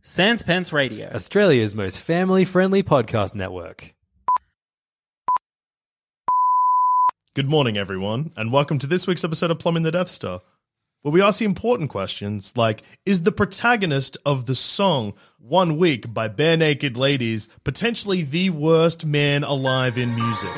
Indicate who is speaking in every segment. Speaker 1: Sans Pants Radio.
Speaker 2: Australia's most family friendly podcast network.
Speaker 3: Good morning, everyone, and welcome to this week's episode of Plumbing the Death Star, where we ask the important questions like Is the protagonist of the song One Week by Bare Naked Ladies potentially the worst man alive in music?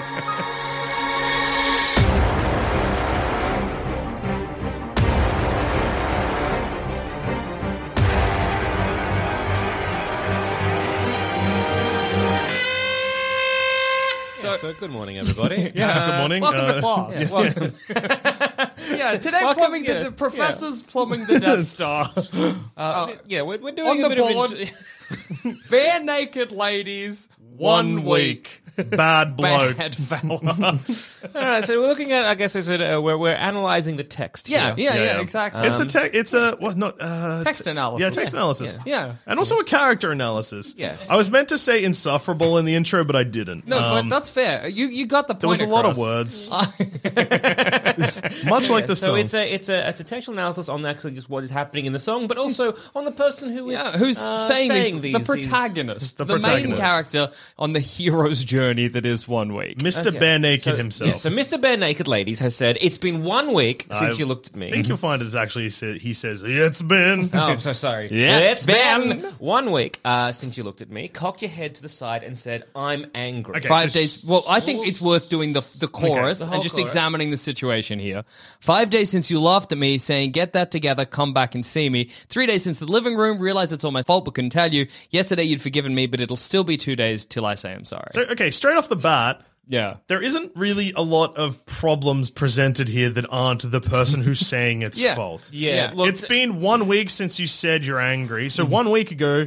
Speaker 4: So, good morning, everybody.
Speaker 3: Yeah, good morning.
Speaker 4: Welcome
Speaker 3: Uh,
Speaker 4: to class. Welcome.
Speaker 1: yeah, today
Speaker 4: Welcome,
Speaker 1: plumbing
Speaker 4: yeah,
Speaker 1: the, the professor's plumbing the Death Star.
Speaker 4: Uh, yeah, we're, we're doing
Speaker 1: On the
Speaker 4: a bit
Speaker 1: board.
Speaker 4: of intro-
Speaker 1: Bare naked ladies.
Speaker 3: One week. Bad bloke.
Speaker 1: Bad fella.
Speaker 4: All right, so we're looking at. I guess is it uh, we're we're analyzing the text.
Speaker 1: yeah, yeah,
Speaker 4: here.
Speaker 1: yeah, exactly. Um,
Speaker 3: it's a te- it's a what not uh,
Speaker 1: Text
Speaker 3: te-
Speaker 1: analysis.
Speaker 3: Yeah, text analysis.
Speaker 1: Yeah. Yeah.
Speaker 3: and also a character analysis.
Speaker 4: Yes.
Speaker 3: I was meant to say insufferable in the intro, but I didn't.
Speaker 1: no,
Speaker 3: Um,
Speaker 1: but that's fair. You you got the point.
Speaker 3: there was a lot of
Speaker 1: across.
Speaker 3: words, much like the
Speaker 4: so
Speaker 3: song.
Speaker 4: it's a it's a, it's a textual analysis on actually just what is happening in the song, but also on the person who is
Speaker 1: Yeah, who's
Speaker 4: uh,
Speaker 1: saying, these, the
Speaker 4: these-
Speaker 1: protagonist, the,
Speaker 3: The
Speaker 1: main
Speaker 3: protagonist.
Speaker 1: character on the hero's journey that is one week.
Speaker 3: Mr. Bare Naked himself.
Speaker 4: Yeah, so Mr. Bare Naked Ladies has said it's been one week since
Speaker 3: I
Speaker 4: you looked at me.
Speaker 3: I think you'll find it's actually sa- he says it's been.
Speaker 4: Oh, I'm so sorry.
Speaker 3: Yes,
Speaker 4: it's been one week uh, since you looked at me, cocked your head to the side, and said, "I'm angry."
Speaker 3: Okay.
Speaker 1: Five
Speaker 3: so
Speaker 1: days. Well, I think it's worth doing the the chorus
Speaker 4: the whole
Speaker 1: and just
Speaker 4: chorus.
Speaker 1: examining the situation here. Five days since you laughed at me, saying "Get that together, come back and see me." Three days since the living room, realized it's all my fault, but couldn't tell you. Yesterday you'd forgiven me, but it'll still be two days till I say I'm sorry.
Speaker 3: So okay, straight off the bat,
Speaker 1: yeah,
Speaker 3: there isn't really a lot of problems presented here that aren't the person who's saying it's
Speaker 1: Yeah.
Speaker 3: fault.
Speaker 4: Yeah,
Speaker 1: Yeah.
Speaker 4: look, Mm-hmm.
Speaker 3: it's been one week since you said you're angry. So one week ago,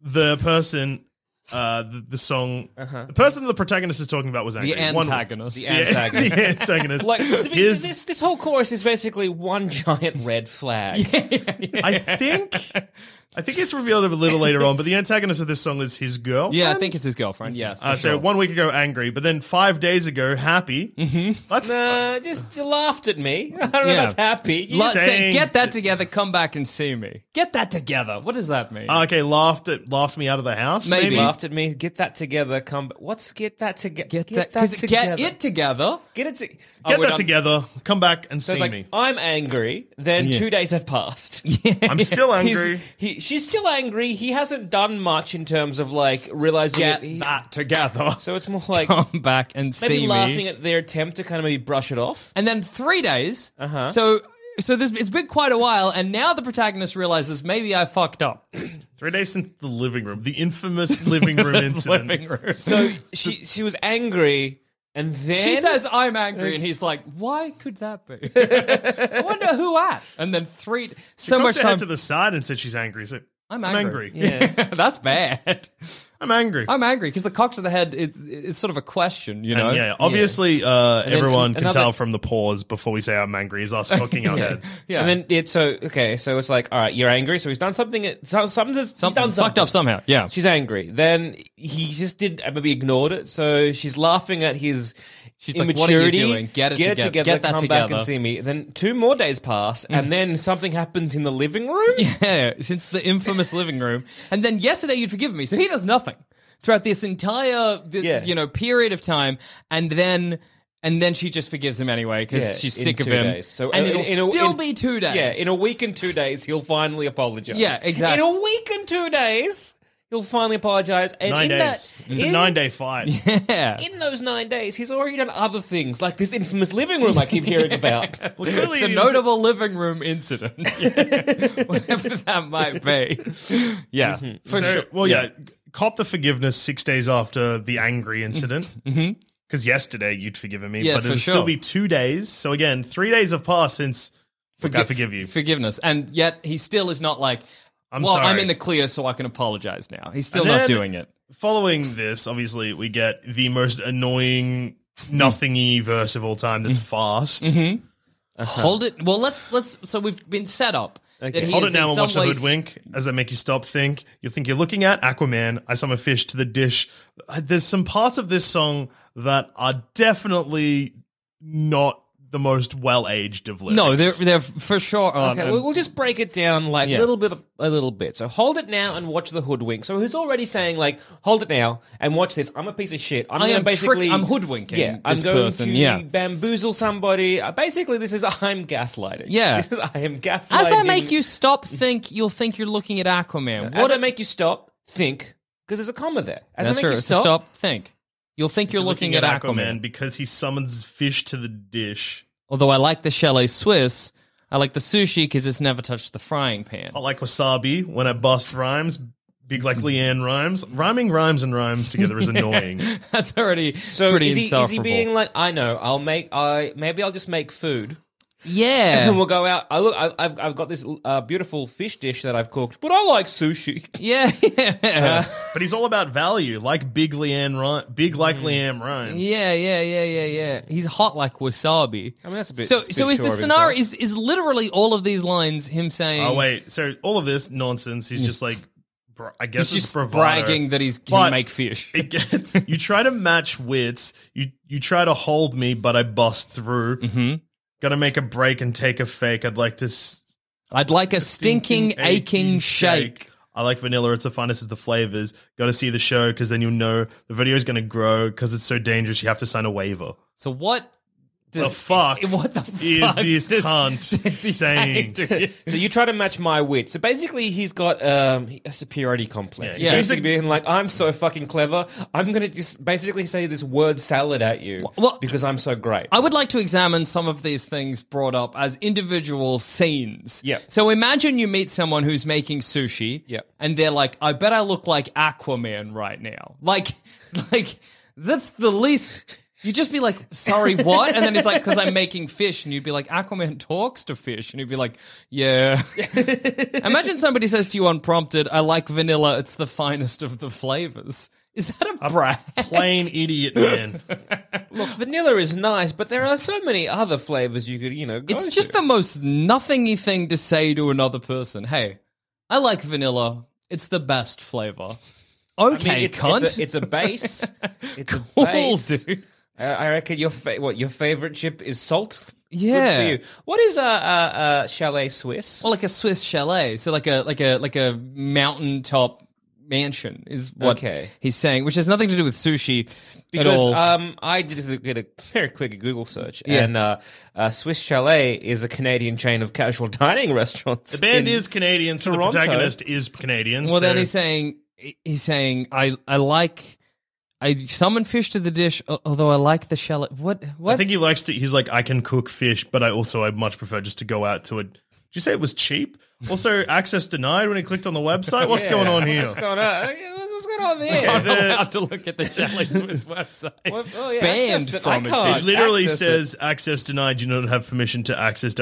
Speaker 3: the person, uh, the, the song,
Speaker 4: Uh-huh.
Speaker 3: the person the protagonist is talking about was angry.
Speaker 1: the
Speaker 3: One-
Speaker 1: antagonist.
Speaker 3: Yeah, the antagonist.
Speaker 4: like to be-
Speaker 3: His-
Speaker 4: this, this whole chorus is basically one giant red flag.
Speaker 3: I think, I think it's revealed a little later on. But the antagonist of this song is his girl.
Speaker 1: Yeah, I think it's his girlfriend. Yeah, for
Speaker 3: Uh, so
Speaker 1: sure.
Speaker 3: one week ago, angry, but then five days ago, happy. Mm-hmm. That's
Speaker 4: Uh, just you laughed at me. I don't
Speaker 1: Yeah.
Speaker 4: know if that's happy. You
Speaker 1: La-
Speaker 4: just-
Speaker 1: say,
Speaker 3: saying-
Speaker 1: get that together, come back and see me. Get that together. What does that mean?
Speaker 3: Oh, okay, laughed at laughed me out of the house.
Speaker 1: Maybe.
Speaker 4: laughed at me. Get that together. Come. ba- What's get that together?
Speaker 1: get, that, because
Speaker 4: together.
Speaker 1: get it together.
Speaker 4: Get it. To- Oh,
Speaker 3: Get
Speaker 4: we're
Speaker 3: that
Speaker 4: done.
Speaker 3: together. Come back and
Speaker 4: So
Speaker 3: see
Speaker 4: it's like
Speaker 3: me.
Speaker 4: I'm angry. Then two days have passed.
Speaker 3: I'm still
Speaker 4: He's-
Speaker 3: angry.
Speaker 4: he, she's still angry. He hasn't done much in terms of like realizing
Speaker 1: Get
Speaker 4: it. He-
Speaker 1: that together.
Speaker 4: so it's more like
Speaker 1: come back and
Speaker 4: maybe
Speaker 1: see
Speaker 4: laughing
Speaker 1: me.
Speaker 4: at their attempt to kind of maybe brush it off.
Speaker 1: and then three days. Uh-huh. So so this it's been quite a while, and now the protagonist realizes maybe I fucked up.
Speaker 3: Three days since the living room, the infamous living room incident.
Speaker 1: Living room.
Speaker 4: So she she was angry, and then
Speaker 1: she says I'm angry, and he's like, "Why could that be? I wonder who at." And then three, so
Speaker 3: Cocked
Speaker 1: much
Speaker 3: her
Speaker 1: time.
Speaker 3: head to the side and said she's angry. So
Speaker 1: I'm
Speaker 3: I'm
Speaker 1: angry.
Speaker 3: angry.
Speaker 1: That's bad.
Speaker 3: I'm angry.
Speaker 1: I'm angry because the cock to the head is is sort of a question, you
Speaker 3: And
Speaker 1: know.
Speaker 3: yeah, obviously, Uh,
Speaker 4: then
Speaker 3: everyone can
Speaker 4: another-
Speaker 3: tell from the pause before we say I'm angry is us cocking our heads.
Speaker 1: Yeah.
Speaker 4: And then it's so okay. So it's like, all right, you're angry. So he's done something. So, something he's done
Speaker 1: Something's fucked
Speaker 4: something.
Speaker 1: up somehow. Yeah.
Speaker 4: She's angry. Then he just did uh, maybe ignored it. So she's laughing at his
Speaker 1: She's like, "What
Speaker 4: immaturity.
Speaker 1: are you doing? Get it together.
Speaker 4: together.
Speaker 1: Get that
Speaker 4: come back
Speaker 1: together." Mm.
Speaker 4: and see me. Then two more days pass, and then something happens in the living room.
Speaker 1: Yeah, since the infamous living room. And then yesterday you'd forgiven me. So he does nothing throughout this entire th-
Speaker 4: Yeah.
Speaker 1: you know period of time and then and then she just forgives him anyway because
Speaker 4: Yeah,
Speaker 1: she's
Speaker 4: in
Speaker 1: sick of
Speaker 4: two
Speaker 1: him.
Speaker 4: days. So uh,
Speaker 1: and
Speaker 4: in-
Speaker 1: it'll
Speaker 4: in a-
Speaker 1: still
Speaker 4: in-
Speaker 1: be 2 days.
Speaker 4: Yeah, in a week and two days, he'll finally apologize.
Speaker 1: Yeah, exactly.
Speaker 4: In a week and two days, He'll finally apologize. And
Speaker 3: nine days.
Speaker 4: in That,
Speaker 3: it's
Speaker 4: in,
Speaker 3: a nine day fight.
Speaker 1: Yeah.
Speaker 4: In those nine days, he's already done other things, like this infamous living room I keep hearing about.
Speaker 3: Well, clearly
Speaker 1: the
Speaker 3: he was-
Speaker 1: notable living room incident, whatever that might be. Yeah, for
Speaker 3: so-
Speaker 1: sure.
Speaker 3: Well, yeah. cop the forgiveness six days after the angry incident. Because yesterday you'd forgiven me,
Speaker 1: Mm-hmm. Yeah,
Speaker 3: but
Speaker 1: for
Speaker 3: it'll
Speaker 1: sure.
Speaker 3: still be two days. So again, three days have passed since. Look, I
Speaker 1: Forgi-
Speaker 3: forgive you.
Speaker 1: Forgiveness, and yet he still is not like.
Speaker 3: I'm
Speaker 1: well,
Speaker 3: sorry.
Speaker 1: I'm in the clear, so I can apologize now. He's still
Speaker 3: And
Speaker 1: not
Speaker 3: then-
Speaker 1: doing it.
Speaker 3: Following this, obviously, we get the most annoying nothingy verse of all time. That's
Speaker 1: Mm-hmm.
Speaker 3: fast.
Speaker 1: Hold it. Well, let's let's. So we've been set up. that he
Speaker 3: Hold
Speaker 1: is
Speaker 3: it now
Speaker 1: in
Speaker 3: and
Speaker 1: some
Speaker 3: watch the
Speaker 1: way-
Speaker 3: hoodwink as I make you stop. Think you think you're looking at Aquaman. I summon fish to the dish. Uh, There's some parts of this song that are definitely not the most well aged of lyrics.
Speaker 1: No, they're they're for sure. on-
Speaker 4: Okay, we'll, we'll just break it down like a
Speaker 1: Yeah.
Speaker 4: little bit, a little bit. So hold it now and watch the hoodwink. So who's already saying like, hold it now and watch this? I'm a piece of shit. I'm
Speaker 1: I
Speaker 4: gonna
Speaker 1: am trick-
Speaker 4: basically,
Speaker 1: I'm hoodwinking
Speaker 4: Yeah,
Speaker 1: this
Speaker 4: I'm going
Speaker 1: person,
Speaker 4: to
Speaker 1: yeah.
Speaker 4: bamboozle somebody. Uh, basically, this is I'm gaslighting.
Speaker 1: Yeah.
Speaker 4: this is I am gaslighting.
Speaker 1: as I make you stop, think you'll think you're looking at Aquaman.
Speaker 4: As I make you stop, think because there's a comma there. As
Speaker 1: That's
Speaker 4: I make
Speaker 1: true.
Speaker 4: you
Speaker 1: It's a
Speaker 4: stop,
Speaker 1: stop, think. You'll think you're, looking, at Aquaman.
Speaker 3: because he summons fish to the dish.
Speaker 1: Although I like the Chalet Swiss, I like the sushi because it's never touched the frying pan.
Speaker 4: Oh.
Speaker 3: I like wasabi when I bust rhymes. Big like Leanne rhymes. Rhyming rhymes and rhymes together is annoying.
Speaker 1: That's already
Speaker 4: so
Speaker 1: pretty
Speaker 4: is he, is he
Speaker 1: insufferable.
Speaker 4: being like, I know, I'll make, I maybe I'll just make food.
Speaker 1: yeah,
Speaker 4: And we'll go out. I look. I, I've, I've got this uh, beautiful fish dish that I've cooked, but I like sushi.
Speaker 1: yeah, yeah,
Speaker 4: Uh.
Speaker 3: but he's all about value, like Big Leanne rhyme, Big like Leanne rhymes.
Speaker 1: Mm. yeah, yeah, yeah, yeah, yeah. He's hot like wasabi.
Speaker 4: I mean, that's a bit-
Speaker 1: So,
Speaker 4: it's a
Speaker 1: so
Speaker 4: bit
Speaker 1: is the
Speaker 4: sure of
Speaker 1: scenario is
Speaker 4: himself.
Speaker 1: is literally all of these lines him saying?
Speaker 3: Oh wait, so all of this nonsense. He's just like, br- I guess
Speaker 1: he's
Speaker 3: it's
Speaker 1: just
Speaker 3: bravado.
Speaker 1: bragging that he's can
Speaker 3: But-
Speaker 1: make fish.
Speaker 3: It get- you try to match wits. You you try to hold me, but I bust through. Mm-hmm. Gonna make a break and take a fake. I'd like to s-
Speaker 1: I'd like a stinking, aching shake.
Speaker 3: I like vanilla. It's the finest of the flavors. Got to see the show because then you'll know the video is going to grow because it's so dangerous. You have to sign a waiver.
Speaker 1: So what?
Speaker 3: The fuck
Speaker 1: What the fuck
Speaker 3: is this
Speaker 1: does-
Speaker 3: cunt
Speaker 1: does he
Speaker 3: saying?
Speaker 1: to you?
Speaker 4: So you try to match my wit. So basically, he's got um, a superiority complex.
Speaker 3: Yeah.
Speaker 4: Yeah,
Speaker 1: Yeah.
Speaker 4: basically being like, I'm so fucking clever. I'm gonna just basically say this word salad at you
Speaker 1: well-
Speaker 4: because I'm so great.
Speaker 1: I would like to examine some of these things brought up as individual scenes.
Speaker 4: Yeah.
Speaker 1: So imagine you meet someone who's making sushi.
Speaker 4: Yeah.
Speaker 1: And they're like, I bet I look like Aquaman right now. Like, like that's the least. You'd just be like, sorry, what? And then he's like, because I'm making fish. And you'd be like, Aquaman talks to fish. And he'd be like, yeah. Imagine somebody says to you unprompted, I like vanilla. It's the finest of the flavors. Is that a brag?
Speaker 3: Plain idiot man.
Speaker 4: Look, vanilla is nice, but there are so many other flavors you could, you know. Go
Speaker 1: It's just
Speaker 4: to.
Speaker 1: the most nothingy thing to say to another person. Hey, I like vanilla. It's the best flavor. Okay,
Speaker 4: I mean, it's,
Speaker 1: cunt.
Speaker 4: It's a, it's a base. It's
Speaker 1: Cool,
Speaker 4: a base.
Speaker 1: dude.
Speaker 4: I- I reckon your fa- what your favorite chip is salt.
Speaker 1: Yeah.
Speaker 4: Good for you. What is a, a, a chalet Swiss?
Speaker 1: well, like a Swiss chalet. So like a like a like a mountaintop mansion is what
Speaker 4: Okay.
Speaker 1: he's saying, which has nothing to do with sushi at
Speaker 4: Because
Speaker 1: all.
Speaker 4: um, I just did a very quick Google search,
Speaker 1: Yeah.
Speaker 4: and uh, uh, Swiss Chalet is a Canadian chain of casual dining restaurants.
Speaker 3: The band
Speaker 4: in-
Speaker 3: is Canadian, so
Speaker 4: Toronto.
Speaker 3: the protagonist is Canadian.
Speaker 1: well,
Speaker 3: so
Speaker 1: then he's saying he- he's saying I I like I summon fish to the dish, al- although I like the chalet. What what?
Speaker 3: I think he likes to. He's like, I can cook fish, but I also I much prefer just to go out to it. Did you say it was cheap? Also, access denied when he clicked on the website. What's
Speaker 4: Yeah.
Speaker 3: going on here?
Speaker 4: What's going on? What's what's going on there?
Speaker 1: I'm not allowed to look at the chalet Swiss website.
Speaker 4: What- oh, yeah,
Speaker 1: Banned
Speaker 4: access it.
Speaker 1: from
Speaker 4: I
Speaker 1: it.
Speaker 4: can't
Speaker 3: It literally
Speaker 4: access
Speaker 3: says access denied. You do not have permission to access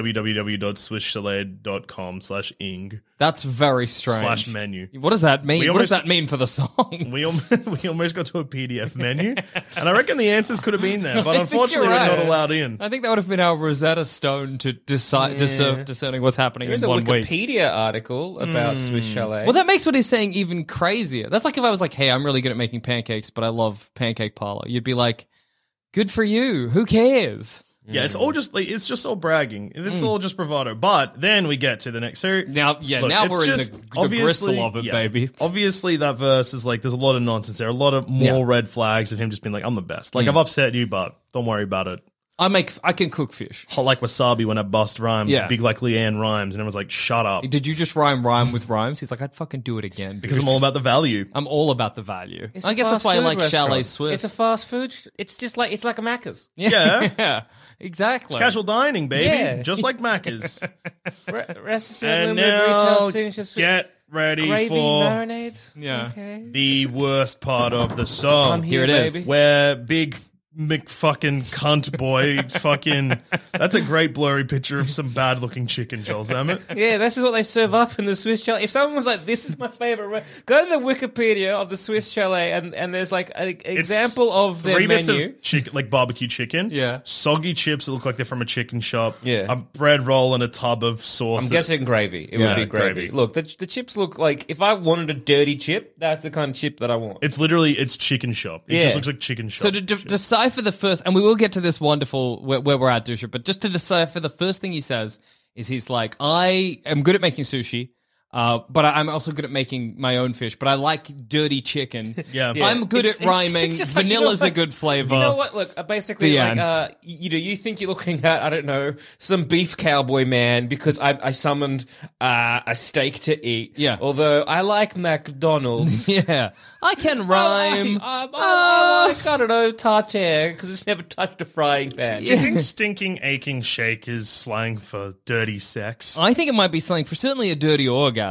Speaker 3: www.swisschalet.com slash ing
Speaker 1: That's very strange.
Speaker 3: slash menu.
Speaker 1: What does that mean?
Speaker 3: We
Speaker 1: what does
Speaker 3: almost-
Speaker 1: that mean for the song?
Speaker 3: We, al- we almost got to a PDF menu, and I reckon the answers could have been there, but
Speaker 1: I think you're
Speaker 3: unfortunately,
Speaker 1: right.
Speaker 3: we're not allowed in.
Speaker 1: I think that would have been our Rosetta Stone to decide discer- discerning what's happening
Speaker 4: There's
Speaker 1: in
Speaker 4: a
Speaker 1: one
Speaker 4: Wikipedia
Speaker 1: week.
Speaker 4: article about
Speaker 3: Hmm.
Speaker 4: Swiss Chalet.
Speaker 1: Well, that makes what he's saying even crazier. That's like if I was like, "Hey, I'm really good at making pancakes, but I love pancake parlor." You'd be like, "Good for you. Who cares?"
Speaker 3: Yeah, it's all
Speaker 1: Mm.
Speaker 3: just like it's just all bragging. It's all just bravado. But then we get to the next series.
Speaker 1: Now- yeah, now
Speaker 3: it's
Speaker 1: we're in the-
Speaker 3: just
Speaker 1: the gristle of it, baby.
Speaker 3: Obviously, that verse is like there's a lot of nonsense there, a lot of more
Speaker 1: Yeah. Mm.
Speaker 3: red flags of him just being like, "I'm the best." Like I've upset you, but don't worry about it.
Speaker 1: I make. I can cook fish.
Speaker 3: Hot like wasabi when I bust rhyme.
Speaker 1: Yeah.
Speaker 3: Big like Leanne rhymes. And everyone's like, shut up.
Speaker 1: Did you just rhyme rhyme with rhymes? He's like, I'd fucking do it again
Speaker 3: Because I'm all about the value.
Speaker 1: I'm all about the value.
Speaker 4: It's
Speaker 1: I
Speaker 4: a
Speaker 1: guess that's
Speaker 4: fast
Speaker 1: why I
Speaker 4: food
Speaker 1: like Chalet
Speaker 4: restaurant.
Speaker 1: Swiss.
Speaker 4: It's a fast food. sh- It's just like it's like a Macca's.
Speaker 3: Yeah.
Speaker 1: yeah, exactly.
Speaker 3: Casual dining, baby.
Speaker 4: Yeah.
Speaker 3: Just like Macca's.
Speaker 4: Re- recipe
Speaker 3: and
Speaker 4: limited retail
Speaker 3: now
Speaker 4: signature
Speaker 3: get ready
Speaker 4: gravy
Speaker 3: for
Speaker 4: marinades.
Speaker 1: Yeah.
Speaker 4: Okay.
Speaker 3: the worst part of the song.
Speaker 4: I'm
Speaker 1: Here
Speaker 4: here,
Speaker 1: it is.
Speaker 4: baby.
Speaker 3: where big McFucking cunt boy fucking. That's a great blurry picture of some bad looking chicken, Joel Zammit.
Speaker 4: Yeah, this is what they serve up in the Swiss chalet. If someone was like, "This is my favorite," re-, go to the Wikipedia of the Swiss chalet, and, and there's like an example of their
Speaker 3: three bits
Speaker 4: menu.
Speaker 3: of chicken, like barbecue chicken.
Speaker 1: Yeah.
Speaker 3: soggy chips that look like they're from a chicken shop.
Speaker 4: Yeah.
Speaker 3: a bread roll and a tub of sauce.
Speaker 4: I'm
Speaker 3: that-
Speaker 4: guessing gravy. It
Speaker 3: Yeah,
Speaker 4: would be gravy.
Speaker 3: gravy.
Speaker 4: Look, the, the chips look like if I wanted a dirty chip, that's the kind of chip that I want.
Speaker 3: it's literally it's chicken shop. It
Speaker 4: Yeah.
Speaker 3: just looks like chicken shop.
Speaker 1: So to de- decipher the first, and we will get to this wonderful where, where we're at, Dusha, but just to decipher the first thing he says is he's like, I am good at making sushi. Uh, but I, I'm also good at making my own fish. But I like dirty chicken.
Speaker 3: Yeah.
Speaker 1: I'm good
Speaker 4: It's-
Speaker 1: at
Speaker 4: it's-
Speaker 1: rhyming.
Speaker 4: it's just like, you know
Speaker 1: Vanilla's
Speaker 4: what?
Speaker 1: a good flavor.
Speaker 4: You know what? Look, uh, basically,
Speaker 1: The
Speaker 4: like,
Speaker 1: end.
Speaker 4: uh, you know, you think you're looking at, I don't know, some beef cowboy man because I, I summoned uh, a steak to eat.
Speaker 1: Yeah.
Speaker 4: Although I like McDonald's.
Speaker 1: Yeah, I can rhyme.
Speaker 4: I, I, I, I like, I don't know, tartare because it's never touched a frying pan.
Speaker 3: Do you think stinking, aching shake is slang for dirty sex?
Speaker 1: I think it might be something for certainly a dirty orgasm.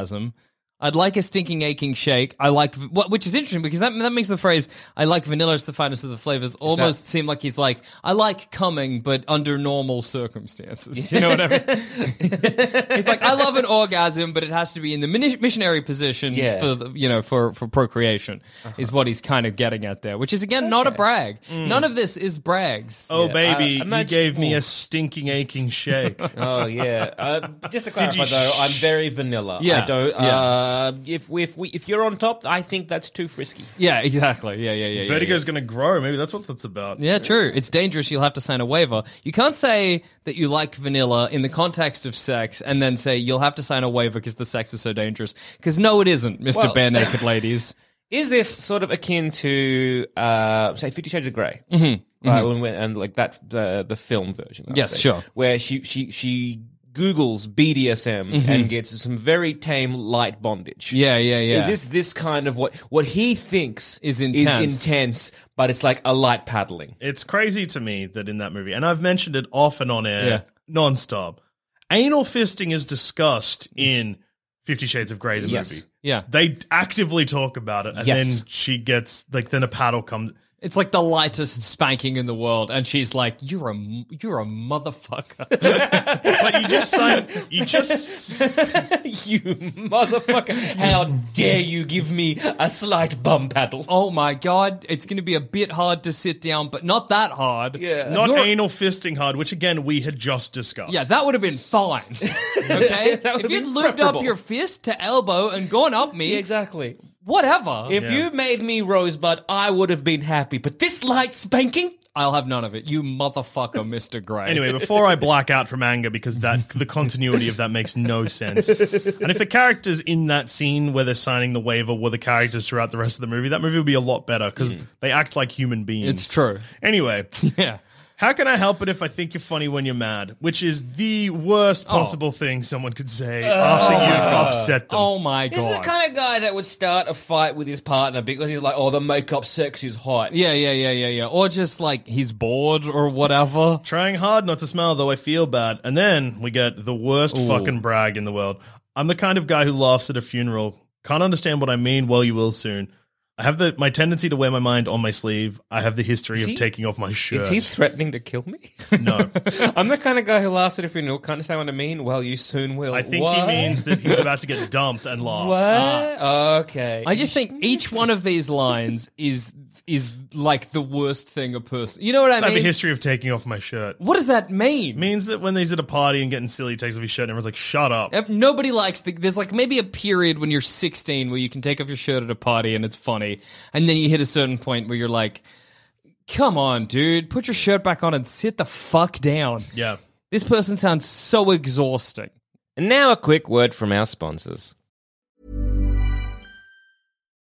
Speaker 1: I'd like a stinking, aching shake. I like, what, which is interesting because that, that makes the phrase, I like vanilla, it's the finest of the flavors, almost seem like he's like, I like coming, but under normal circumstances. You know what I mean? he's like, I love an orgasm, but it has to be in the mini- missionary position
Speaker 4: Yeah.
Speaker 1: for, the, you know, for, for procreation, is what he's kind of getting at there, which is, again, not a brag. None of this is brags.
Speaker 3: oh baby,
Speaker 4: I- imagine-
Speaker 3: you gave me a stinking, aching shake.
Speaker 4: Oh yeah. Uh, just to clarify,
Speaker 3: you
Speaker 4: though,
Speaker 3: sh-
Speaker 4: I'm very vanilla.
Speaker 1: Yeah,
Speaker 4: I don't. Uh, if we, if we if you're on top, I think that's too frisky.
Speaker 1: Yeah, exactly. Yeah, yeah, yeah. yeah, yeah.
Speaker 3: Vertigo's going to grow. Maybe that's what that's about.
Speaker 1: Yeah, true. It's dangerous. You'll have to sign a waiver. You can't say that you like vanilla in the context of sex and then say you'll have to sign a waiver because the sex is so dangerous. Because no, it isn't, Mr.
Speaker 4: Well-
Speaker 1: Bare Naked Ladies.
Speaker 4: Is this sort of akin to uh, say Fifty Shades of gray Mm-hmm. Right, when we- and like that the the film version. I
Speaker 1: Yes,
Speaker 4: think,
Speaker 1: sure.
Speaker 4: Where she she she googles BDSM and gets some very tame light bondage.
Speaker 1: Yeah, yeah, yeah.
Speaker 4: Is this this kind of what what he thinks
Speaker 1: Is intense.
Speaker 4: Is intense, but it's like a light paddling.
Speaker 3: It's crazy to me that in that movie, and I've mentioned it off and on air
Speaker 1: Yeah.
Speaker 3: nonstop, anal fisting is discussed in Fifty Shades of Grey, the
Speaker 4: Yes.
Speaker 3: movie.
Speaker 1: Yeah.
Speaker 3: They actively talk about it, and
Speaker 4: Yes.
Speaker 3: then she gets like then a paddle comes.
Speaker 1: It's like the lightest spanking in the world, and she's like, "You're a m- you're a motherfucker."
Speaker 3: But you just sign, you just
Speaker 4: you motherfucker! How dare you give me a slight bum paddle?
Speaker 1: oh my god, it's going to be a bit hard to sit down, but not that hard.
Speaker 4: Yeah.
Speaker 3: not
Speaker 1: You're-
Speaker 3: anal fisting hard, which again we had just discussed.
Speaker 1: Yeah, that would have been fine. Okay,
Speaker 4: That would
Speaker 1: if
Speaker 4: have
Speaker 1: you'd
Speaker 4: been
Speaker 1: lubed up
Speaker 4: preferable.
Speaker 1: your fist to elbow and gone up me,
Speaker 4: Exactly.
Speaker 1: whatever.
Speaker 4: If you made me Rosebud, I would have been happy. But this light spanking?
Speaker 1: I'll have none of it. You motherfucker, Mr. Gray.
Speaker 3: Anyway, before I black out from anger because that the continuity of that makes no sense. And if the characters in that scene where they're signing the waiver were the characters throughout the rest of the movie, that movie would be a lot better because they act like human beings.
Speaker 1: Hmm. It's true.
Speaker 3: Anyway,
Speaker 1: yeah.
Speaker 3: how can I help it if I think you're funny when you're mad? Which is the worst
Speaker 1: Oh.
Speaker 3: possible thing someone could say after you've upset them.
Speaker 1: Oh my god.
Speaker 4: This is the kind of guy that would start a fight with his partner because he's like, oh, the makeup sex is hot.
Speaker 1: yeah, yeah, yeah, yeah, yeah. Or just like he's bored or whatever.
Speaker 3: Trying hard not to smile, though I feel bad. And then we get the worst fucking brag in the world. I'm the kind of guy who laughs at a funeral. Can't understand what I mean. Well, you will soon. I have the my tendency to wear my mind on my sleeve. I have the history of
Speaker 4: he-
Speaker 3: taking off my shirt.
Speaker 4: Is he threatening to kill me?
Speaker 3: no,
Speaker 4: I'm the kind of guy who laughs at a funeral. Can't understand what I mean? Well, you soon will.
Speaker 3: I think he
Speaker 4: What?
Speaker 3: means that he's about to get dumped and laugh.
Speaker 4: What? Ah, Okay.
Speaker 1: I just think each one of these lines is is like the worst thing a person. You know what I
Speaker 3: I have
Speaker 1: mean?
Speaker 3: the history of taking off my shirt.
Speaker 1: what does that mean?
Speaker 3: means that when he's at a party and getting silly, he takes off his shirt and everyone's like, "Shut up."
Speaker 1: If Nobody likes the. There's like maybe a period when you're 16 where you can take off your shirt at a party and it's funny, and then you hit a certain point where you're like, "Come on, dude, put your shirt back on and sit the fuck down."
Speaker 3: Yeah.
Speaker 1: This person sounds so exhausting.
Speaker 4: And now a quick word from our sponsors.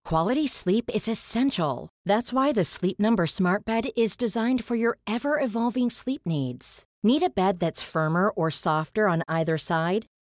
Speaker 5: Quality sleep is essential. That's why the Sleep Number Smart Bed is designed for your ever evolving sleep needs. Need a bed that's firmer or softer on either side?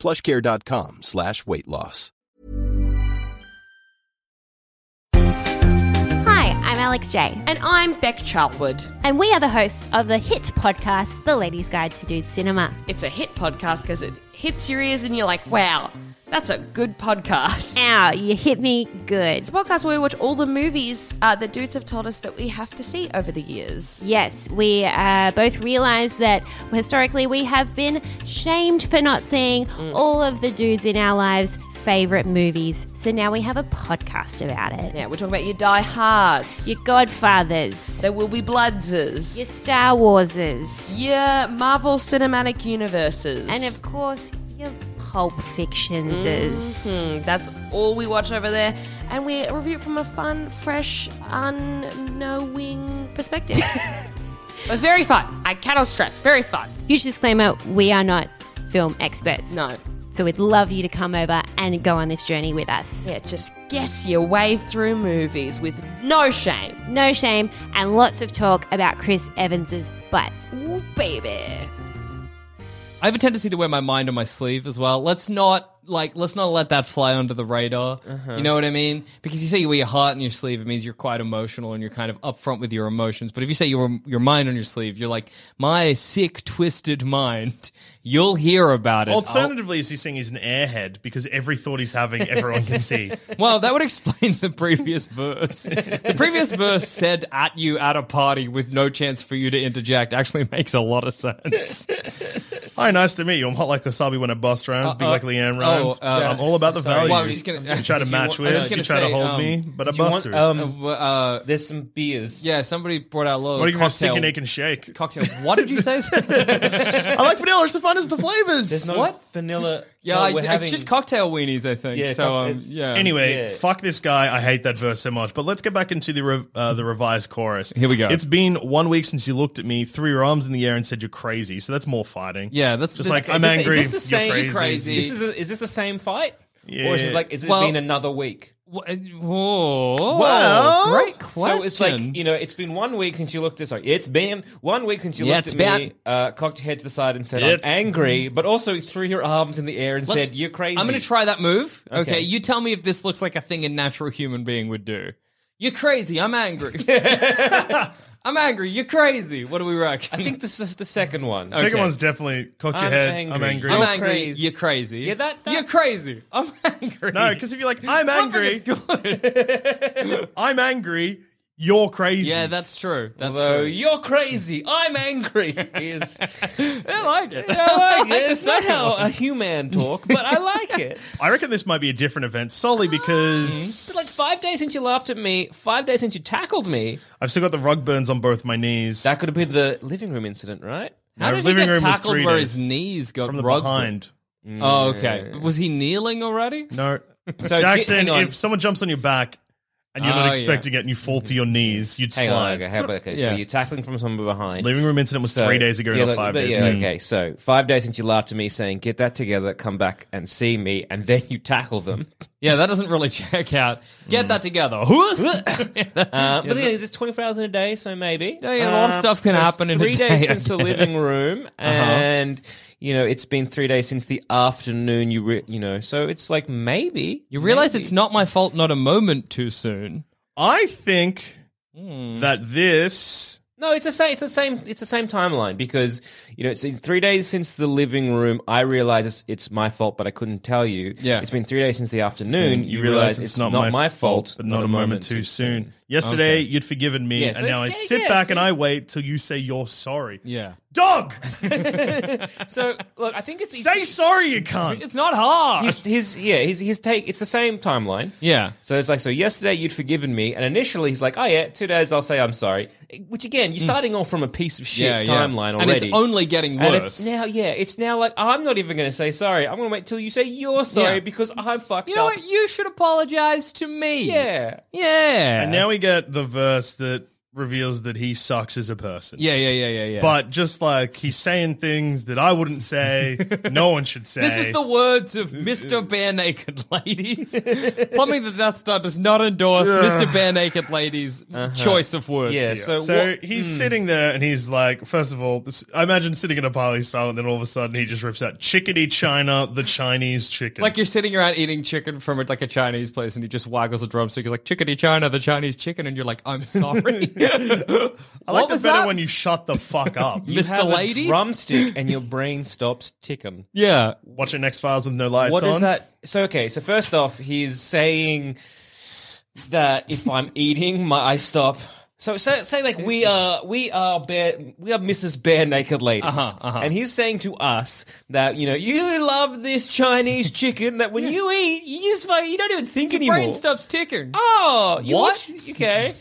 Speaker 6: Plushcare.com slash weight loss.
Speaker 7: Hi, I'm Alex J.
Speaker 8: And I'm Beck Chartwood.
Speaker 7: And we are the hosts of the hit podcast, The Ladies Guide to Dude Cinema.
Speaker 8: It's a hit podcast because it hits your ears and you're like, wow, that's a good podcast.
Speaker 7: Ow, you hit me good.
Speaker 8: It's a podcast where we watch all the movies uh, that dudes have told us that we have to see over the years.
Speaker 7: Yes, we uh, both realise that historically we have been shamed for not seeing
Speaker 8: Mm.
Speaker 7: all of the dudes in our lives' favourite movies. So now we have a podcast about it.
Speaker 8: Yeah, we're talking about your Die Hards,
Speaker 7: Your Godfathers,
Speaker 8: there will be Bloodses,
Speaker 7: your Star Warses,
Speaker 8: your Marvel Cinematic Universes.
Speaker 7: and of course, your Pulp Fictionses.
Speaker 8: Mm, that's all we watch over there. And we review it from a fun, fresh, unknowing perspective. but very fun. I cannot stress. Very fun.
Speaker 7: Huge disclaimer we are not film experts.
Speaker 8: No.
Speaker 7: So we'd love you to come over and go on this journey with us.
Speaker 8: Yeah, just guess your way through movies with no shame.
Speaker 7: No shame and lots of talk about Chris Evans's butt.
Speaker 8: Ooh, baby.
Speaker 1: I have a tendency to wear my mind on my sleeve as well. Let's not like let's not let that fly under the radar. You know what I mean? Because you say you wear your heart on your sleeve, it means you're quite emotional and you're kind of upfront with your emotions. But if you say your your mind on your sleeve, you're like my sick, twisted mind. You'll hear about it.
Speaker 3: Alternatively, is he saying he's an airhead because every thought he's having, everyone can see?
Speaker 1: Well, that would explain the previous verse. The previous verse said at you at a party with no chance for you to interject actually makes a lot of sense.
Speaker 3: Hi, nice to meet you. I'm hot like wasabi when I bust rhymes, big like Leanne rhymes.
Speaker 1: oh, uh,
Speaker 3: I'm all about the
Speaker 1: sorry.
Speaker 3: value.
Speaker 1: Well, I was just gonna-
Speaker 3: you try to
Speaker 1: you want-
Speaker 3: match
Speaker 1: I was
Speaker 3: with,
Speaker 1: just
Speaker 3: you
Speaker 1: gonna
Speaker 3: try to
Speaker 1: say,
Speaker 3: hold
Speaker 1: um,
Speaker 3: me, but I
Speaker 4: Do you
Speaker 3: bust
Speaker 4: want,
Speaker 3: through.
Speaker 1: Uh,
Speaker 4: um,
Speaker 1: w- uh,
Speaker 4: there's some beers.
Speaker 1: yeah, somebody brought out a little
Speaker 3: what are you going to
Speaker 1: cocktail.
Speaker 3: sticky neck and shake?
Speaker 1: cocktail. What did you say?
Speaker 3: I like vanilla. It's the finest of the flavors.
Speaker 4: There's no
Speaker 1: What?
Speaker 4: vanilla.
Speaker 1: yeah,
Speaker 4: no,
Speaker 1: it's,
Speaker 4: we're
Speaker 1: it's
Speaker 4: having-
Speaker 1: just cocktail weenies, I think.
Speaker 4: Yeah,
Speaker 1: so um,
Speaker 4: cocktails.
Speaker 1: yeah.
Speaker 3: Anyway,
Speaker 4: Yeah.
Speaker 3: fuck this guy. I hate that verse so much. But let's get back into the re- uh, the revised chorus.
Speaker 1: Here we go.
Speaker 3: It's been one week since you looked at me, threw your arms in the air, and said you're crazy. So that's more fighting.
Speaker 1: yeah, that's
Speaker 3: just like
Speaker 1: is
Speaker 3: I'm
Speaker 1: this-
Speaker 3: angry.
Speaker 1: Is this the same?
Speaker 3: you're
Speaker 1: You're crazy.
Speaker 4: This is, a, is this the same fight?
Speaker 3: Yeah.
Speaker 4: Or is it like, is it
Speaker 1: Well-
Speaker 4: been another week?
Speaker 1: Wha- Whoa!
Speaker 3: Well-
Speaker 1: great question.
Speaker 4: So it's like, you know, it's been one week since you looked at, sorry, it's been one week since you
Speaker 1: Yeah,
Speaker 4: looked
Speaker 1: it's
Speaker 4: at
Speaker 1: been-
Speaker 4: me, uh, cocked your head to the side and said,
Speaker 3: It's-
Speaker 4: I'm angry, but also threw your arms in the air and
Speaker 1: Let's-
Speaker 4: said, you're crazy.
Speaker 1: I'm going to try that move. Okay.
Speaker 4: Okay.
Speaker 1: you tell me if this looks like a thing a natural human being would do. You're crazy. I'm angry. I'm angry. You're crazy. What do we reckon?
Speaker 4: I think this is the second one.
Speaker 3: Second one's definitely cocked your
Speaker 4: I'm
Speaker 3: head.
Speaker 4: angry.
Speaker 3: I'm angry.
Speaker 1: I'm
Speaker 4: you're
Speaker 1: angry.
Speaker 4: crazy.
Speaker 1: You're crazy.
Speaker 4: Yeah, that- that-
Speaker 1: You're crazy. I'm angry.
Speaker 3: no, because if you're like I'm
Speaker 1: I think
Speaker 3: angry,
Speaker 1: it's good.
Speaker 3: I'm angry. You're crazy.
Speaker 1: Yeah, that's true. That's
Speaker 4: Although,
Speaker 1: true.
Speaker 4: you're crazy, I'm angry. Is
Speaker 1: I like it.
Speaker 4: I like it. It's not how a human talk, but I like it.
Speaker 3: I reckon this might be a different event solely because
Speaker 4: But like five days since you laughed at me, five days since you tackled me.
Speaker 3: I've still got the rug burns on both my knees.
Speaker 4: That could have been the living room incident, right?
Speaker 3: No, living room was three
Speaker 1: where
Speaker 3: days.
Speaker 1: his knees got
Speaker 3: From the
Speaker 1: rugged?
Speaker 3: behind.
Speaker 1: Oh, okay. But Was he kneeling already?
Speaker 3: No.
Speaker 1: So,
Speaker 3: Jackson,
Speaker 1: hang on.
Speaker 3: if someone jumps on your back and you're
Speaker 1: Oh,
Speaker 3: not
Speaker 1: yeah.
Speaker 3: expecting it and you fall to your knees, you'd
Speaker 4: Mm-hmm. Hang on,
Speaker 3: slide.
Speaker 4: okay, how about- okay,
Speaker 3: Yeah.
Speaker 4: so you're tackling from someone behind.
Speaker 3: Living room incident was
Speaker 4: So-
Speaker 3: three days ago,
Speaker 4: yeah,
Speaker 3: not
Speaker 4: like-
Speaker 3: five
Speaker 4: but
Speaker 3: days
Speaker 4: yeah,
Speaker 3: ago.
Speaker 4: Okay, so five days since you laughed at me saying, get that together, come back and see me, and then you tackle them.
Speaker 1: Yeah, that doesn't really check out. Get that together.
Speaker 4: Uh, but the thing is, it's 24 hours in a day, so maybe.
Speaker 1: Yeah, yeah, a lot of
Speaker 4: Um,
Speaker 1: stuff can
Speaker 4: so
Speaker 1: happen in a
Speaker 4: Three
Speaker 1: day,
Speaker 4: days
Speaker 1: I
Speaker 4: since the
Speaker 1: guess.
Speaker 4: living room,
Speaker 3: Uh-huh.
Speaker 4: and, you know, it's been three days since the afternoon, you re- you know, so it's like maybe.
Speaker 1: You realize
Speaker 4: maybe.
Speaker 1: it's not my fault, not a moment too soon.
Speaker 3: I think
Speaker 4: Hmm.
Speaker 3: that this.
Speaker 4: No, it's the same. It's the same. It's the same timeline because you know it's in three days since the living room. I realize it's, it's my fault, but I couldn't tell you.
Speaker 1: Yeah.
Speaker 4: it's been three days since the afternoon.
Speaker 3: You, realize it's, not, my,
Speaker 4: fault,
Speaker 3: but not, a moment, too soon. Yesterday, you'd forgiven me,
Speaker 4: Yeah, so
Speaker 3: and now I
Speaker 4: it's-
Speaker 3: sit
Speaker 4: yeah,
Speaker 3: back
Speaker 4: see-
Speaker 3: and I wait till you say you're sorry.
Speaker 1: Yeah.
Speaker 3: Dog,
Speaker 4: So look, I think it's
Speaker 3: say sorry, you cunt.
Speaker 1: It's not hard.
Speaker 4: his, his yeah his his take. It's the same timeline.
Speaker 1: yeah.
Speaker 4: So it's like so. Yesterday you'd forgiven me, and initially he's like, "Oh yeah, two days I'll say I'm sorry." Which again, you're starting off from a piece of
Speaker 1: Mm.
Speaker 4: shit
Speaker 1: Yeah, yeah.
Speaker 4: timeline
Speaker 1: And
Speaker 4: already.
Speaker 1: it's only getting
Speaker 4: And
Speaker 1: worse.
Speaker 4: it's now, yeah, it's now like I'm not even going to say sorry. I'm going to wait till you say you're sorry
Speaker 1: Yeah.
Speaker 4: because I'm fucked
Speaker 1: you know
Speaker 4: up.
Speaker 1: what? You should apologize to me.
Speaker 4: Yeah.
Speaker 1: Yeah.
Speaker 3: And now we get the verse that reveals that he sucks as a person.
Speaker 1: yeah, yeah, yeah, yeah, yeah.
Speaker 3: But just like he's saying things that I wouldn't say, no one should say.
Speaker 1: This is the words of Mr. Bare Naked Ladies. Plumbing the Death Star does not endorse Mr. Bare Naked Ladies' choice of words.
Speaker 4: Uh-huh. Yeah,
Speaker 1: here.
Speaker 4: so
Speaker 3: So
Speaker 4: what-
Speaker 3: he's sitting there and he's like, first of all, this, I imagine sitting in a pile of silent, then all of a sudden he just rips out Chickadee China, the Chinese chicken.
Speaker 1: like you're sitting around eating chicken from like a Chinese place, and he just waggles a drumstick. He's like chickadee China, the Chinese chicken, and you're like, I'm sorry.
Speaker 3: I like
Speaker 1: what
Speaker 3: it
Speaker 1: was
Speaker 3: better
Speaker 1: that?
Speaker 3: when you shut the fuck up.
Speaker 4: You
Speaker 1: Mr.
Speaker 4: have
Speaker 1: Ladies?
Speaker 4: a drumstick and your brain stops ticking.
Speaker 1: yeah,
Speaker 3: Watching X Files with no lights
Speaker 4: What
Speaker 3: on.
Speaker 4: is that? So okay, so first off, he's saying that if I'm eating, my I stop. So say, say like we are we are bare we are Mrs. Bare Naked Ladies,
Speaker 1: Uh-huh,
Speaker 4: and he's saying to us that you know you love this Chinese chicken that when you eat you just fuck- you don't even think
Speaker 1: your
Speaker 4: anymore.
Speaker 1: brain stops ticking.
Speaker 4: Oh, you
Speaker 1: What?
Speaker 4: watch- okay,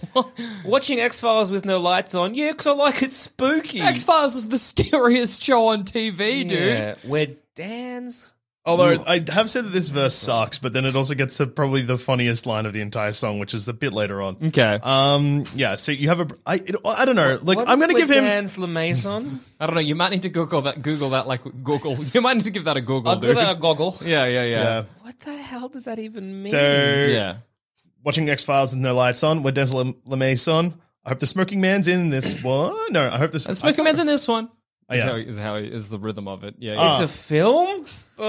Speaker 4: watching X Files with no lights on, yeah, because I like it spooky.
Speaker 1: X Files is the scariest show on TV, dude.
Speaker 4: yeah, where Dan's
Speaker 3: Although I have said that this verse sucks, but then it also gets to probably the funniest line of the entire song, which is a bit later on.
Speaker 1: Okay,
Speaker 3: Um. Yeah. So you have a. I. It, I don't know. like
Speaker 4: What
Speaker 3: I'm
Speaker 4: is
Speaker 3: gonna
Speaker 4: with
Speaker 3: give him.
Speaker 4: Dan's LeMaison.
Speaker 1: I don't know. You might need to Google that. Google that, like Google. You might need to give that a Google,
Speaker 4: I'll give
Speaker 1: dude.
Speaker 4: that a goggle.
Speaker 1: yeah, yeah, yeah,
Speaker 3: Yeah.
Speaker 4: What the hell does that even mean?
Speaker 3: So
Speaker 1: yeah.
Speaker 3: watching X Files with no lights on, with Denzel Lemaison. I hope the smoking man's in this one. No, I hope this.
Speaker 1: And Smoking Man's in this one.
Speaker 3: Oh,
Speaker 1: Is
Speaker 3: yeah.
Speaker 1: how, is how is the rhythm of it? Yeah,
Speaker 4: it's a film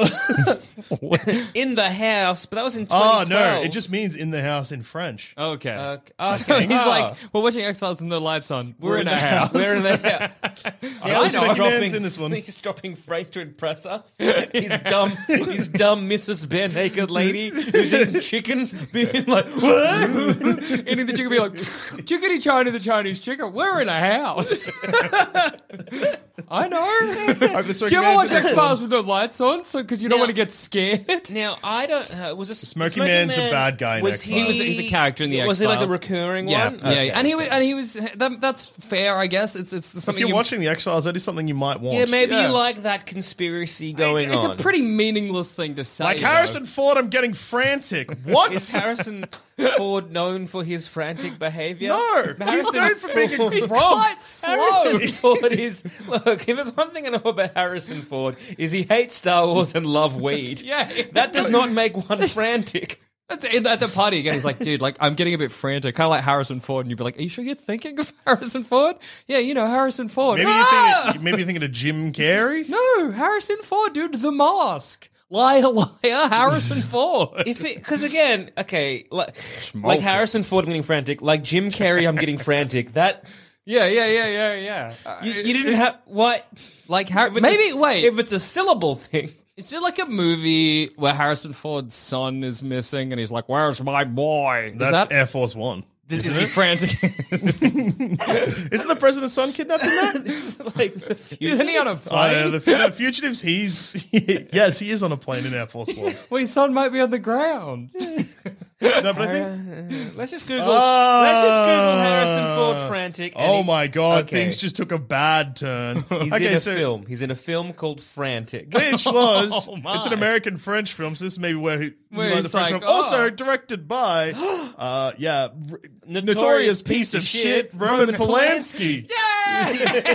Speaker 4: in the house, but that was in
Speaker 3: Oh
Speaker 4: 2012.
Speaker 3: no! It just means in the house in French.
Speaker 1: yeah. okay.
Speaker 4: Uh,
Speaker 1: So
Speaker 4: okay.
Speaker 1: he's
Speaker 4: Ah.
Speaker 1: like, we're watching X Files with no lights on. We're, in a
Speaker 4: the
Speaker 1: house.
Speaker 4: We're in the house. Yeah,
Speaker 3: hope
Speaker 4: I know.
Speaker 3: Smoking Man's
Speaker 4: Dropping,
Speaker 3: in this one.
Speaker 4: He's just dropping freight to impress us. He's dumb. He's dumb, Mrs. Bare Naked Lady who's eating chicken, being like, what?
Speaker 1: and then the chicken be like, chickadee China, the Chinese chicken. We're in a house. I know.
Speaker 3: I hope the
Speaker 1: Do
Speaker 3: smoking
Speaker 1: you ever
Speaker 3: man's
Speaker 1: watch
Speaker 3: in
Speaker 1: X
Speaker 3: this one.
Speaker 1: Files with no lights on? So because you don't
Speaker 4: Now-
Speaker 1: want to get scared.
Speaker 4: Now I don't. Uh, was this
Speaker 3: Smoking
Speaker 4: Smoking
Speaker 3: Man's a
Speaker 4: Man-
Speaker 3: bad guy in
Speaker 4: Was
Speaker 3: X-Files. He was-
Speaker 1: he's a character in the
Speaker 4: Was he like a
Speaker 1: X-Files.
Speaker 4: recurring
Speaker 1: Yeah,
Speaker 4: one?
Speaker 1: yeah, yeah. and he was, and he was. That, that's fair, I guess. It's it's
Speaker 3: If
Speaker 1: something
Speaker 3: you're
Speaker 1: you-
Speaker 3: watching the X Files, that is something you might want.
Speaker 4: Yeah, maybe
Speaker 1: Yeah.
Speaker 4: you like that conspiracy going
Speaker 1: It's, it's
Speaker 4: on.
Speaker 1: a pretty meaningless thing to say.
Speaker 3: Like
Speaker 1: though.
Speaker 3: Harrison Ford, I'm getting frantic. What?
Speaker 4: Is Harrison Ford known for his frantic behavior?
Speaker 3: No, he's known for being a
Speaker 1: He's quite slow.
Speaker 4: Harrison Ford is look. If there's one thing I know about Harrison Ford is he hates Star Wars and love weed.
Speaker 1: Yeah,
Speaker 4: that does not make one frantic.
Speaker 1: That's in- at the party again. He's like, dude, like I'm getting a bit frantic, kind of like Harrison Ford, and you'd be like, are you sure you're thinking of Harrison Ford? Yeah, you know Harrison Ford.
Speaker 3: Maybe you're,
Speaker 1: Ah!
Speaker 3: thinking, maybe you're thinking of Jim Carrey.
Speaker 1: no, Harrison Ford, dude, The Mask, liar, liar, Harrison Ford.
Speaker 4: If because again, okay, like, like Harrison Ford, I'm getting frantic. Like Jim Carrey, I'm getting frantic. That
Speaker 1: yeah, yeah, yeah, yeah, yeah.
Speaker 4: you, you didn't have what?
Speaker 1: Uh, like Har-
Speaker 4: If it's
Speaker 1: maybe
Speaker 4: a-
Speaker 1: wait,
Speaker 4: If it's a syllable thing,
Speaker 1: Is there like a movie where Harrison Ford's son is missing and he's like, "Where's my boy?" Is
Speaker 3: That's
Speaker 1: that
Speaker 3: Air Force One.
Speaker 1: Is, he frantic?
Speaker 3: Isn't the president's son kidnapped in that? like,
Speaker 1: isn't he on a
Speaker 3: I don't know,
Speaker 1: plane?
Speaker 3: the, fu- the fugitives, he's. yes, he is on a plane in Air Force One.
Speaker 1: Well, his son might be on the ground.
Speaker 3: No, but I think.
Speaker 4: Let's just Google.
Speaker 1: Oh.
Speaker 4: let's just Google Harrison Ford frantic. and
Speaker 3: Oh
Speaker 4: he-
Speaker 3: my god,
Speaker 4: Okay.
Speaker 3: things just took a bad turn.
Speaker 4: He's
Speaker 3: okay,
Speaker 4: in a
Speaker 3: so
Speaker 4: film. He's in a film called Frantic.
Speaker 3: which was
Speaker 1: Oh my.
Speaker 3: it's an American French film, so this may be where he
Speaker 1: Where
Speaker 3: learned
Speaker 1: he's
Speaker 3: French
Speaker 1: like,
Speaker 3: from. Also
Speaker 1: oh.
Speaker 3: directed by uh yeah, r- notorious, piece, of shit, Roman,
Speaker 4: Roman
Speaker 3: Polanski. so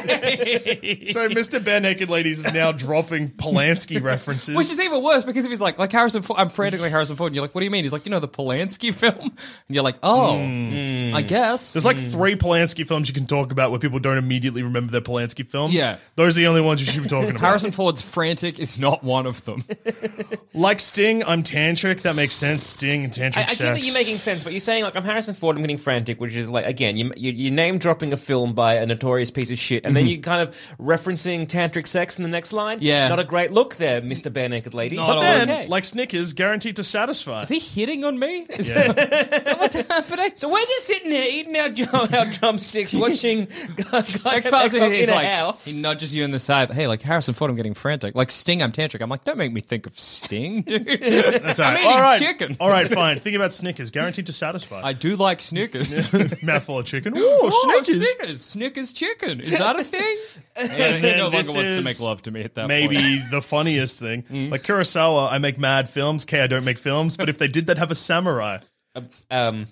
Speaker 3: Mr. Bare Naked Ladies is now dropping Polanski references.
Speaker 1: Which is even worse because if he's like, like Harrison Ford, I'm frantically Harrison Ford, and you're like, what do you mean? He's like, you know, the Polanski film? And you're like, oh, I guess.
Speaker 3: There's like three Polanski films you can talk about where people don't immediately remember their Polanski films.
Speaker 1: Yeah.
Speaker 3: Those are the only ones you should be talking about.
Speaker 1: Harrison Ford's frantic is not one of them.
Speaker 3: Like Sting, I'm tantric. That makes sense. Sting and tantric
Speaker 4: I, I
Speaker 3: sex.
Speaker 4: get that you're making sense, but you're saying like I'm Harrison Ford, I'm getting frantic, which is like again you you, you name dropping a film by a notorious piece of shit, and then
Speaker 3: Mm-hmm.
Speaker 4: you kind of referencing tantric sex in the next line.
Speaker 1: Yeah.
Speaker 4: not a great look there, Mister Bare Naked Lady.
Speaker 1: Not
Speaker 3: but
Speaker 1: all
Speaker 3: then,
Speaker 4: okay.
Speaker 3: like Snickers, guaranteed to satisfy.
Speaker 1: Is he hitting on me? Is
Speaker 3: Yeah.
Speaker 4: so we're just sitting here eating our, drum- our drumsticks, watching
Speaker 1: X Files
Speaker 4: in
Speaker 1: he's
Speaker 4: a
Speaker 1: like,
Speaker 4: house.
Speaker 1: he nudges you in the side. Hey, like Harrison Ford, I'm getting frantic. Like Sting, I'm tantric. I'm like, don't make me think of Sting, dude.
Speaker 3: That's
Speaker 1: I'm
Speaker 3: all right.
Speaker 1: eating
Speaker 3: All right.
Speaker 1: chicken.
Speaker 3: All right, fine. Think about Snickers, guaranteed to satisfy.
Speaker 1: I do like Snickers.
Speaker 3: Mouthful of chicken. Ooh,
Speaker 1: Oh,
Speaker 3: Snickers.
Speaker 1: Snickers, Snickers chicken. Is that a thing? and he
Speaker 3: then
Speaker 1: no
Speaker 3: this
Speaker 1: longer wants to
Speaker 3: is
Speaker 1: make love to me at that
Speaker 3: Maybe
Speaker 1: point.
Speaker 3: the funniest thing.
Speaker 4: Mm-hmm.
Speaker 3: Like Kurosawa, I make mad films. K, I don't make films. But if they did, they'd have a samurai.
Speaker 4: um,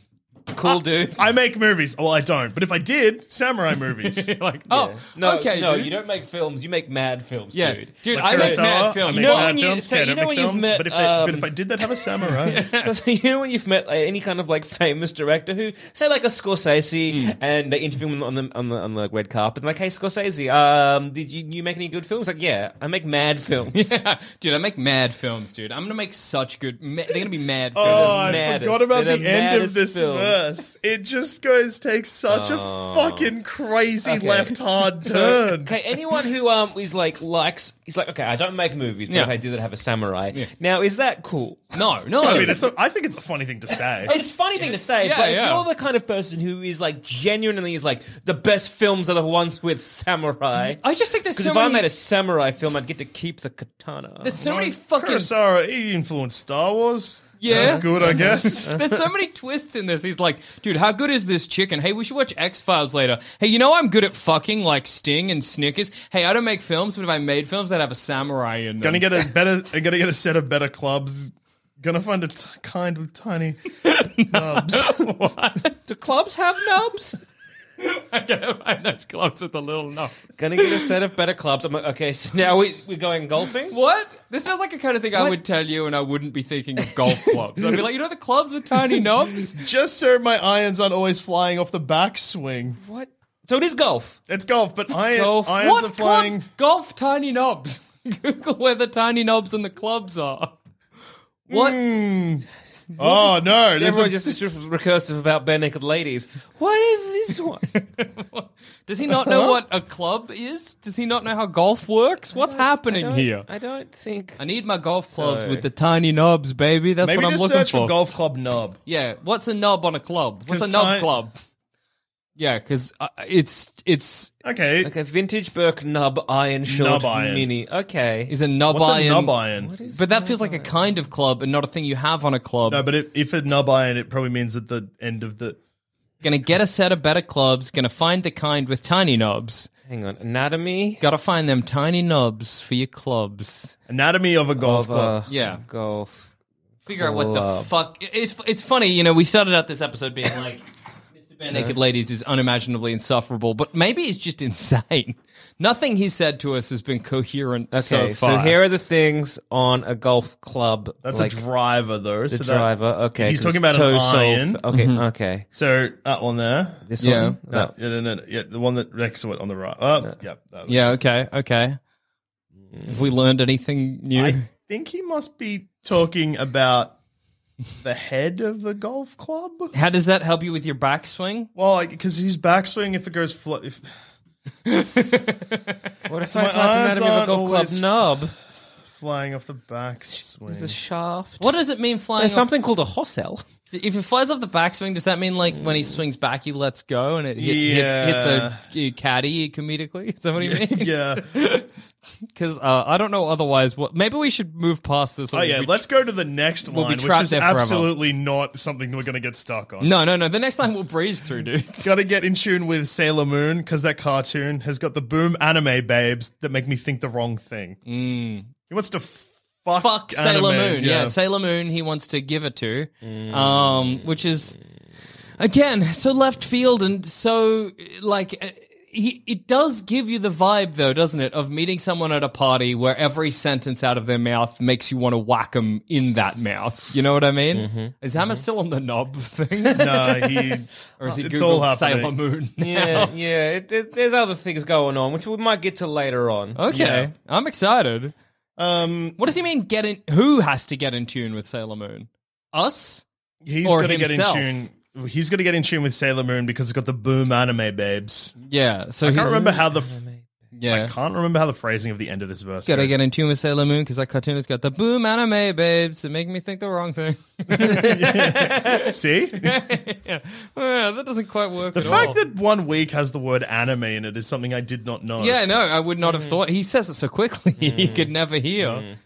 Speaker 4: cool dude.
Speaker 3: I make movies. Well, I don't. But if I did, samurai movies.
Speaker 1: like, oh,
Speaker 4: No,
Speaker 1: okay,
Speaker 4: no,
Speaker 1: dude.
Speaker 4: you don't make films. You make mad films,
Speaker 1: Yeah,
Speaker 4: dude.
Speaker 1: dude,
Speaker 3: Like
Speaker 1: I make
Speaker 3: Kurosawa,
Speaker 1: mad films.
Speaker 3: I make
Speaker 4: You know
Speaker 3: mad
Speaker 4: when you-
Speaker 3: films.
Speaker 4: so
Speaker 3: K, I
Speaker 4: you
Speaker 3: don't
Speaker 4: know
Speaker 3: make
Speaker 4: when you've
Speaker 3: films.
Speaker 4: met, um,
Speaker 3: but, if they, but if I did, they'd have a samurai.
Speaker 4: Because you know when you've met like, any kind of like famous director who say like a Scorsese
Speaker 1: Hmm.
Speaker 4: and they interview him on the on the, on the red carpet and like, hey Scorsese, um, did you, you make any good films? Like, yeah, I make mad films.
Speaker 1: Yeah, dude, I make mad films, dude. I'm gonna make such good. Ma- they're gonna be mad films.
Speaker 3: Oh, I
Speaker 4: maddest-
Speaker 3: forgot about
Speaker 4: they're
Speaker 3: the,
Speaker 4: the
Speaker 3: end of
Speaker 4: maddest
Speaker 3: this
Speaker 4: films. Oh.
Speaker 3: verse. It just goes takes such a fucking crazy left hard turn.
Speaker 4: Okay, anyone who um is like likes, he's like, okay, I don't make movies, but
Speaker 1: Yeah.
Speaker 4: if I do, that have a samurai. Now, is that cool?
Speaker 1: no, no.
Speaker 3: I mean, it's a, I think it's a funny thing to say.
Speaker 4: It's a funny thing to say,
Speaker 1: Yeah,
Speaker 4: but if
Speaker 1: yeah.
Speaker 4: you're the kind of person who is like genuinely is like the best films are the ones with samurai.
Speaker 1: I just think there's
Speaker 4: Because
Speaker 1: so
Speaker 4: if
Speaker 1: many.
Speaker 4: I made a samurai film, I'd get to keep the katana.
Speaker 1: there's so many fucking.
Speaker 3: Kurosawa, he influenced Star Wars.
Speaker 1: Yeah.
Speaker 3: That's good, I guess.
Speaker 1: There's so many twists in this. He's like, dude, how good is this chicken? Hey, we should watch X Files later. Hey, you know I'm good at fucking like Sting and Snickers. Hey, I don't make films, but if I made films, they'd have a samurai in them.
Speaker 3: gonna get a better, I'm gonna get a set of better clubs. Gonna find a t- kind of tiny nubs.
Speaker 4: Do clubs have nubs?
Speaker 1: get those gloves with a little nub.
Speaker 4: Gonna get a set of better clubs. I'm like, okay, so now we, we're going golfing?
Speaker 1: What? This sounds like a kind of thing I would tell you, and I wouldn't be thinking of golf clubs. I'd be like, you know, the clubs with tiny knobs.
Speaker 3: Just so my irons aren't always flying off the backswing.
Speaker 4: What? So it is golf.
Speaker 3: It's golf, but iron,
Speaker 4: Golf.
Speaker 3: irons
Speaker 1: What
Speaker 3: are
Speaker 1: clubs?
Speaker 3: flying.
Speaker 1: Golf tiny knobs. Google where the tiny knobs and the clubs are. What?
Speaker 3: Hmm. Oh no! There's
Speaker 4: Everyone
Speaker 3: a,
Speaker 4: just is just recursive about bare naked ladies. What is this one?
Speaker 1: Does he not know what a club is? Does he not know how golf works? What's happening
Speaker 4: I don't-
Speaker 1: here?
Speaker 4: I don't think.
Speaker 1: I need my golf clubs
Speaker 4: So-
Speaker 1: with the tiny knobs, baby. That's
Speaker 3: maybe
Speaker 1: what I'm
Speaker 3: just
Speaker 1: looking
Speaker 3: search
Speaker 1: for.
Speaker 3: for golf club nub.
Speaker 1: Yeah, what's a knob on a club? What's
Speaker 3: 'Cause
Speaker 1: a knob
Speaker 3: ti-
Speaker 1: club? Yeah, because uh, it's it's
Speaker 3: Okay,
Speaker 4: Okay, vintage Burke nub iron short
Speaker 3: Nub iron.
Speaker 4: mini. Okay.
Speaker 1: is a knob
Speaker 3: what's
Speaker 1: iron.
Speaker 3: a nub iron?
Speaker 1: But that feels like a kind of club and not a thing you have on a club.
Speaker 3: No, but if, if a nub iron, it probably means at the end of the.
Speaker 1: Gonna get a set of better clubs. Gonna find the kind with tiny knobs.
Speaker 4: Hang on. Anatomy
Speaker 1: Gotta find them tiny knobs for your clubs.
Speaker 3: Anatomy of a golf
Speaker 4: of uh,
Speaker 3: club.
Speaker 1: Yeah.
Speaker 4: golf.
Speaker 1: Figure out what the fuck. It's it's funny, you know. We started out this episode being like, Mr. Bare Naked Ladies is unimaginably insufferable, but maybe it's just insane. Nothing he said to us has been coherent
Speaker 4: Okay,
Speaker 1: so
Speaker 4: so,
Speaker 1: far.
Speaker 4: here are the things on a golf club.
Speaker 3: That's
Speaker 4: like,
Speaker 3: a driver, though.
Speaker 4: The
Speaker 3: so that-
Speaker 4: driver. Okay.
Speaker 3: He's
Speaker 4: 'cause
Speaker 3: talking about an
Speaker 4: toe sole-
Speaker 3: iron.
Speaker 4: Okay, okay.
Speaker 3: So that one there.
Speaker 4: This
Speaker 1: Yeah.
Speaker 4: one?
Speaker 3: That, yeah, no, no, no, yeah, the one that next to it on the right. Uh, yeah. that-
Speaker 1: yeah. Okay. Okay. Have we learned anything new?
Speaker 3: I think he must be talking about the head of the golf club.
Speaker 1: How does that help you with your backswing?
Speaker 3: Well, because his backswing, if it goes flat, if
Speaker 4: What if
Speaker 3: my
Speaker 4: I type
Speaker 3: irons
Speaker 4: anatomy of a
Speaker 3: aren't
Speaker 4: golf club
Speaker 3: always-
Speaker 4: nub?
Speaker 3: Flying off the backswing.
Speaker 4: There's a shaft.
Speaker 1: What does it mean flying?
Speaker 4: There's
Speaker 1: off-
Speaker 4: something called a horsel.
Speaker 1: If it flies off the backswing, does that mean like when
Speaker 4: Mm.
Speaker 1: he swings back, he lets go and it hit, hits, hits a caddy comedically? Is that what he means?
Speaker 3: yeah.
Speaker 1: Because uh, I don't know otherwise. What maybe we should move past this. or
Speaker 3: Oh
Speaker 1: we'll
Speaker 3: yeah,
Speaker 1: be-
Speaker 3: let's go to the next
Speaker 1: we'll be
Speaker 3: line, which
Speaker 1: trapped
Speaker 3: is
Speaker 1: there forever.
Speaker 3: absolutely not something we're going to get stuck on.
Speaker 1: No, no, no. The next line we'll breeze through, dude.
Speaker 3: Got to get in tune with Sailor Moon because that cartoon has got the boom anime babes that make me think the wrong thing. He wants to fuck,
Speaker 1: Mm. Fuck Sailor
Speaker 3: anime, Mm.
Speaker 1: Moon. Yeah. Sailor Moon. He wants to give it to, um, which is again so left field and so like. uh, He, it does give you the vibe, though, doesn't it, of meeting someone at a party where every sentence out of their mouth makes you want to whack them in that mouth. You know what I mean?
Speaker 3: Mm-hmm.
Speaker 1: Is Hammer still on the knob thing?
Speaker 3: no, he uh,
Speaker 1: or is he
Speaker 3: It's all
Speaker 1: Googled
Speaker 3: happening.
Speaker 1: Sailor Moon?
Speaker 4: Yeah, yeah. It, it- there's other things going on, which we might get to later on.
Speaker 1: Okay,
Speaker 3: Yeah.
Speaker 1: I'm excited.
Speaker 3: um,
Speaker 1: What does he mean? Get in? Who has to get in tune with Sailor Moon? Us?
Speaker 3: he's
Speaker 1: Or
Speaker 3: going to get in
Speaker 1: himself.
Speaker 3: tune. He's going to get in tune with Sailor Moon because it's got the boom anime babes.
Speaker 1: Yeah. So
Speaker 3: I can't
Speaker 1: he-
Speaker 3: remember how the. f- I
Speaker 1: Yeah.
Speaker 3: can't remember how the phrasing of the end of this verse.
Speaker 1: Gotta
Speaker 3: goes.
Speaker 1: get in tune with Sailor Moon because that cartoon has got the boom anime babes. It make me think the wrong thing.
Speaker 3: See,
Speaker 1: yeah. Well, that doesn't quite work.
Speaker 3: the
Speaker 1: at
Speaker 3: fact
Speaker 1: all.
Speaker 3: that one week has the word anime in it is something I did not know.
Speaker 1: Yeah, no, I would not
Speaker 3: Mm.
Speaker 1: have thought. He says it so quickly, you could never hear.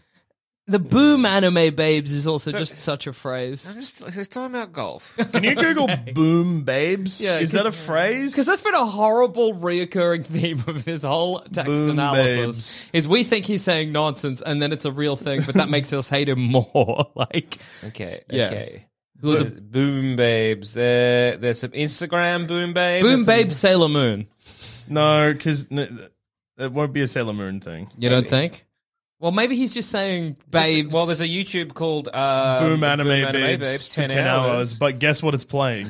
Speaker 1: The boom anime babes is also just such a phrase.
Speaker 4: I'm just it's talking about golf.
Speaker 3: Can you Google boom babes?
Speaker 1: Yeah,
Speaker 3: is that a phrase?
Speaker 1: Because that's been a horrible reoccurring theme of his whole text
Speaker 3: Boom
Speaker 1: analysis.
Speaker 3: babes.
Speaker 1: Is we think he's saying nonsense and then it's a real thing, but that makes us hate him more. like
Speaker 4: okay,
Speaker 1: Yeah.
Speaker 4: okay.
Speaker 1: Who are the-
Speaker 4: Bo- boom babes. There, there's some Instagram boom babes.
Speaker 1: Boom
Speaker 4: There's some-
Speaker 1: Babe Sailor Moon.
Speaker 3: no, because it won't be a Sailor Moon thing.
Speaker 1: You don't think? Well, maybe he's just saying babes.
Speaker 4: Well, there's a YouTube called uh,
Speaker 1: Um,
Speaker 3: Boom anime, babes, for 10, hours. but guess what it's playing?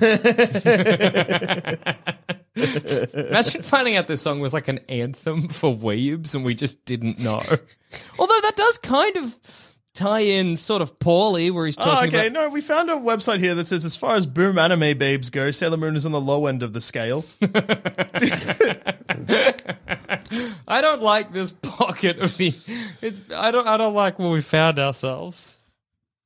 Speaker 1: Imagine finding out this song was like an anthem for weebs and we just didn't know. Although that does kind of tie in sort of poorly where he's
Speaker 3: oh,
Speaker 1: talking
Speaker 3: okay.
Speaker 1: about
Speaker 3: No, we found a website here that says as far as boom anime babes go, Sailor Moon is on the low end of the scale.
Speaker 1: I don't like this pocket of the it's I don't I don't like where we found ourselves.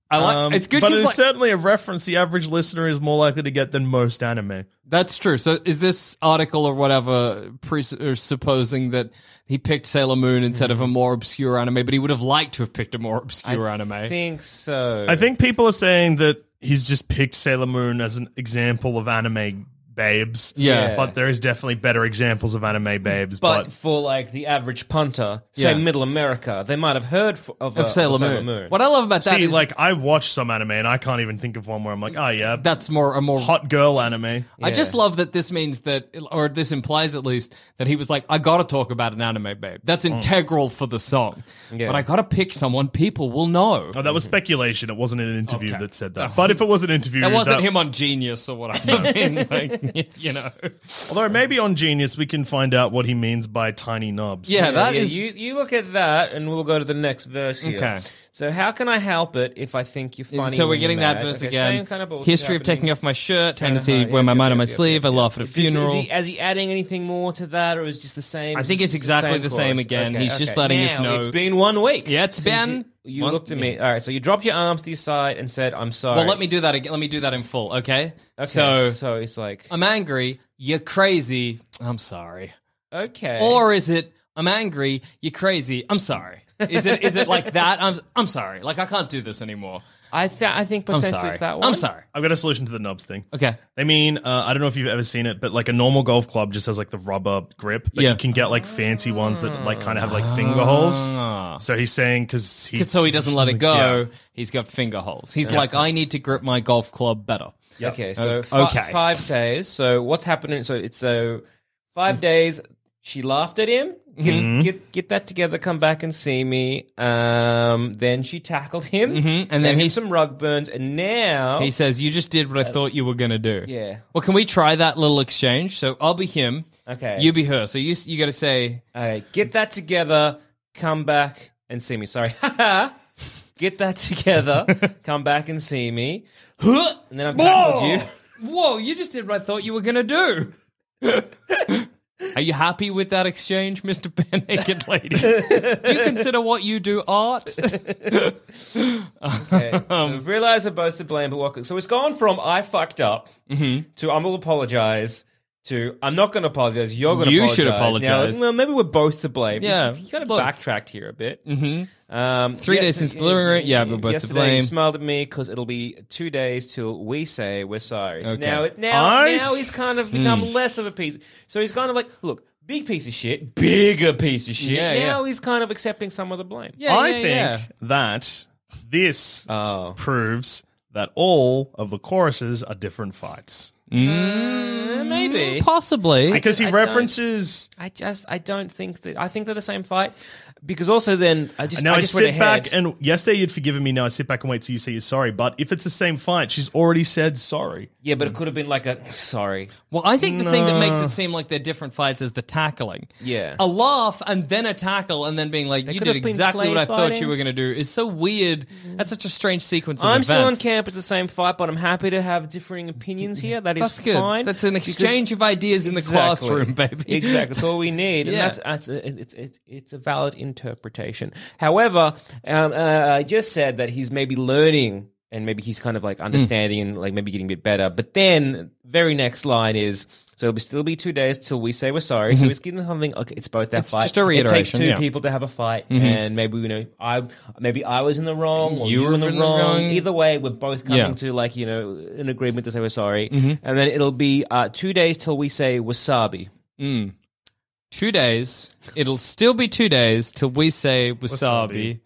Speaker 1: I like
Speaker 3: Um,
Speaker 1: it's good
Speaker 3: but it's
Speaker 1: 'cause, like,
Speaker 3: certainly a reference the average listener is more likely to get than most anime.
Speaker 1: That's true. So is this article or whatever pres- or supposing that he picked Sailor Moon instead
Speaker 3: Mm-hmm.
Speaker 1: of a more obscure anime, but he would have liked to have picked a more obscure anime.
Speaker 4: I think so.
Speaker 3: I think people are saying that he's just picked Sailor Moon as an example of anime babes.
Speaker 1: Yeah.
Speaker 3: but there is definitely better examples of anime babes.
Speaker 4: but,
Speaker 3: But,
Speaker 4: for like the average punter, say
Speaker 1: Yeah.
Speaker 4: Middle America, they might have heard f- of, uh,
Speaker 1: of Sailor, Moon. What I love about that is
Speaker 3: see, like I watch some anime and I can't even think of one where I'm like, oh yeah,
Speaker 1: that's more a more
Speaker 3: hot girl anime.
Speaker 1: I just love that this means that, or this implies at least, that he was like, I gotta talk about an anime, babe. That's
Speaker 3: Mm.
Speaker 1: integral for the song. But I gotta pick someone people will know.
Speaker 3: Oh, that was speculation. It wasn't an interview that said that. But if it was an interview,
Speaker 1: Oh. That wasn't him on Genius or whatever. I mean, like, you know.
Speaker 3: Although maybe on Genius we can find out what he means by tiny knobs.
Speaker 1: Yeah,
Speaker 4: Yeah,
Speaker 1: that
Speaker 4: yeah,
Speaker 1: is.
Speaker 4: you. You look at that, and we'll go to the next verse. Here.
Speaker 1: Okay.
Speaker 4: So how can I help it if I think you're funny?
Speaker 1: so we're
Speaker 4: and
Speaker 1: getting
Speaker 4: mad?
Speaker 1: that verse
Speaker 4: Okay,
Speaker 1: again.
Speaker 4: same kind of bullshit
Speaker 1: History of
Speaker 4: happening.
Speaker 1: taking off my shirt,
Speaker 4: Uh-huh,
Speaker 1: tendency
Speaker 4: yeah,
Speaker 1: wear my
Speaker 4: yeah,
Speaker 1: mind on
Speaker 4: yeah,
Speaker 1: my
Speaker 4: yeah,
Speaker 1: sleeve.
Speaker 4: yeah,
Speaker 1: I laugh at
Speaker 4: yeah.
Speaker 1: a
Speaker 4: Is this-
Speaker 1: funeral.
Speaker 4: Is he, is he adding anything more to that, or is it just the same?
Speaker 1: I think it's
Speaker 4: the
Speaker 1: exactly the same
Speaker 4: chorus?
Speaker 1: again.
Speaker 4: Okay,
Speaker 1: He's just
Speaker 4: okay.
Speaker 1: letting
Speaker 4: Now,
Speaker 1: us know-
Speaker 4: It's been one week.
Speaker 1: Yeah, it's
Speaker 4: since
Speaker 1: been
Speaker 4: You, you
Speaker 1: one-
Speaker 4: looked at me. All right, so you dropped your arms to your side and said, "I'm sorry."
Speaker 1: well, let me do that again. Let me do that in full, okay?
Speaker 4: Okay,
Speaker 1: So,
Speaker 4: so it's like
Speaker 1: I'm angry. You're crazy. I'm sorry.
Speaker 4: okay,
Speaker 1: Or is it I'm angry, you're crazy, I'm sorry. Is it is it like that? I'm I'm sorry. Like I can't do this anymore.
Speaker 4: I th- I think
Speaker 1: I'm
Speaker 4: potentially
Speaker 1: sorry.
Speaker 4: it's that one.
Speaker 1: I'm sorry.
Speaker 3: I've got a solution to the knobs thing.
Speaker 1: Okay.
Speaker 3: They mean, uh, I don't know if you've ever seen it, but like a normal golf club just has like the rubber grip, but
Speaker 1: Yeah.
Speaker 3: you can get like fancy ones that like kind of have like finger holes. So he's saying because he
Speaker 1: 'Cause so he doesn't let it
Speaker 3: Yeah.
Speaker 1: go. He's got finger holes. He's like I need to grip my golf club better.
Speaker 4: Okay, so
Speaker 1: Okay.
Speaker 4: fi-
Speaker 1: Okay.
Speaker 4: five days. So what's happening? So it's so
Speaker 1: Mm-hmm.
Speaker 4: five days. She laughed at him. Get, get get that together. Come back and see me. Um, then she tackled him,
Speaker 1: and Mm-hmm. then
Speaker 4: gave him
Speaker 1: he's-
Speaker 4: some rug burns, and now
Speaker 1: He says you just did what I thought you were going to do.
Speaker 4: Uh, yeah.
Speaker 1: Well, can we try that little exchange? So I'll be him.
Speaker 4: Okay.
Speaker 1: You be her. So you s- you got to say
Speaker 4: Okay, get that together. Come back and see me. Sorry. get that together. come back and see me. Huh, and then I'm tackled you.
Speaker 1: Whoa, you just did what I thought you were going to do. Are you happy with that exchange, Mr. Bare Naked Lady? do you consider what you do art?
Speaker 4: Okay.
Speaker 1: Um,
Speaker 4: so realize we're both to blame, but what? So it's gone from I fucked up
Speaker 1: Mm-hmm.
Speaker 4: to I'm gonna apologize to I'm not gonna apologize. You're gonna.
Speaker 1: You
Speaker 4: apologize.
Speaker 1: should
Speaker 4: Now,
Speaker 1: apologize.
Speaker 4: well, maybe we're both to blame.
Speaker 1: Yeah,
Speaker 4: you kind of
Speaker 1: look.
Speaker 4: backtracked here a bit.
Speaker 1: Mm-hmm.
Speaker 4: Um,
Speaker 1: Three days since delivering it. Yeah, we're both to
Speaker 4: yesterday You
Speaker 1: blame.
Speaker 4: smiled at me because it'll be two days till we say we're sorry. So
Speaker 1: Okay.
Speaker 4: now, it- now,
Speaker 3: I-
Speaker 4: now he's kind of become less of a piece. So he's kind of like, look, big piece of shit, bigger piece of shit.
Speaker 1: Yeah, yeah.
Speaker 4: now he's kind of accepting some of the blame.
Speaker 3: I think that this proves that all of the choruses are different fights.
Speaker 1: Mm-hmm.
Speaker 4: maybe.
Speaker 1: Possibly.
Speaker 3: Because he
Speaker 4: I don't-
Speaker 3: references.
Speaker 4: I just I don't think that I think they're the same fight because also then I just
Speaker 3: now
Speaker 4: I
Speaker 3: I,
Speaker 4: just went
Speaker 3: sit
Speaker 4: ahead.
Speaker 3: back and yesterday you'd forgiven me. Now I sit back and wait till you say you're sorry. But if it's the same fight, she's already said sorry.
Speaker 4: yeah, but it could have been like a sorry.
Speaker 1: Well, I think the thing that makes it seem like they're different fights is the tackling.
Speaker 4: Yeah.
Speaker 1: A laugh and then a tackle and then being like, you
Speaker 4: could
Speaker 1: did
Speaker 4: have been
Speaker 1: exactly what I
Speaker 4: play
Speaker 1: thought
Speaker 4: fighting.
Speaker 1: you were going to do is so weird. That's such a strange sequence of
Speaker 4: I'm
Speaker 1: events.
Speaker 4: still in camp. It's the same fight, but I'm happy to have differing opinions here. That is
Speaker 1: That's good.
Speaker 4: fine.
Speaker 1: That's an
Speaker 4: because-
Speaker 1: exchange of ideas in the
Speaker 4: Exactly.
Speaker 1: classroom, baby.
Speaker 4: Exactly. That's all we need.
Speaker 1: Yeah.
Speaker 4: And that's, that's a, it's, it's, it's a valid interpretation. However, um, uh, I just said that he's maybe learning and maybe he's kind of
Speaker 1: Hmm.
Speaker 4: like understanding and like maybe getting a bit better. But then, very next line is. So it'll be- still be two days till we say we're sorry. So it's giving something. Okay, it's both that
Speaker 1: Mm-hmm. It's
Speaker 4: fight.
Speaker 1: just a
Speaker 4: It takes
Speaker 1: reiteration,
Speaker 4: two
Speaker 1: yeah. Mm-hmm.
Speaker 4: people to have a fight, and maybe you know, I maybe I was in the wrong, or
Speaker 1: You
Speaker 4: you,
Speaker 1: were
Speaker 4: were in the
Speaker 1: in
Speaker 4: wrong.
Speaker 1: the wrong.
Speaker 4: Either way, we're both coming
Speaker 1: Yeah. Mm-hmm.
Speaker 4: to like you know an agreement to say we're sorry, and then it'll be uh, two days till we say wasabi.
Speaker 1: Two days. It'll still be two days till we say wasabi.
Speaker 4: he-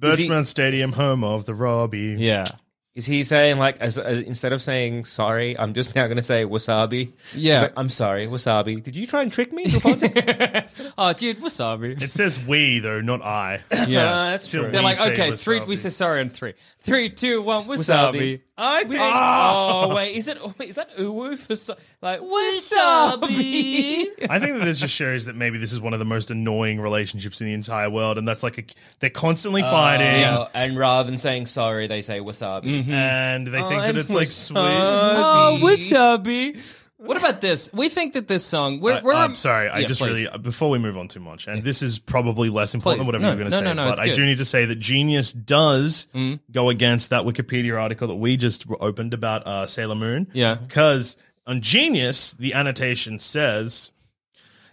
Speaker 3: Birchmount Stadium, home of the Robbie.
Speaker 1: Yeah.
Speaker 4: Is he saying like as, as instead of saying sorry, I'm just now going to say wasabi?
Speaker 1: Yeah.
Speaker 4: She's like, I'm sorry, wasabi. Did you try and trick me? into apologizing?"
Speaker 1: Oh, dude, wasabi.
Speaker 3: It says we though, not I.
Speaker 4: Uh, that's
Speaker 3: Still
Speaker 4: true.
Speaker 1: They're
Speaker 3: We
Speaker 1: like,
Speaker 3: say
Speaker 1: okay, three. We
Speaker 3: wasabi.
Speaker 1: say sorry on three. Three, two, one. Wasabi.
Speaker 4: Wasabi.
Speaker 1: I
Speaker 4: We-
Speaker 1: think.
Speaker 4: oh wait, is it is that uwu for so, like wasabi?
Speaker 3: I think that this just shows that maybe this is one of the most annoying relationships in the entire world, and that's like a, they're constantly fighting,
Speaker 4: Oh, and rather than saying sorry, they say wasabi.
Speaker 1: Mm-hmm.
Speaker 3: and they think that
Speaker 4: I'm
Speaker 3: it's like sweet.
Speaker 1: Oh, wasabi. What about this? We think that this song. We're, we're
Speaker 3: I, am sorry. I
Speaker 1: Yeah,
Speaker 3: just
Speaker 1: please.
Speaker 3: really uh, before we move on too much, and this is probably less important
Speaker 1: Please.
Speaker 3: than whatever
Speaker 1: No,
Speaker 3: you're going to
Speaker 1: no,
Speaker 3: say.
Speaker 1: no, no,
Speaker 3: but
Speaker 1: it's
Speaker 3: I
Speaker 1: good. Mm.
Speaker 3: do need to say that Genius does go against that Wikipedia article that we just opened about uh, Sailor Moon.
Speaker 1: Yeah.
Speaker 3: because on Genius, the annotation says.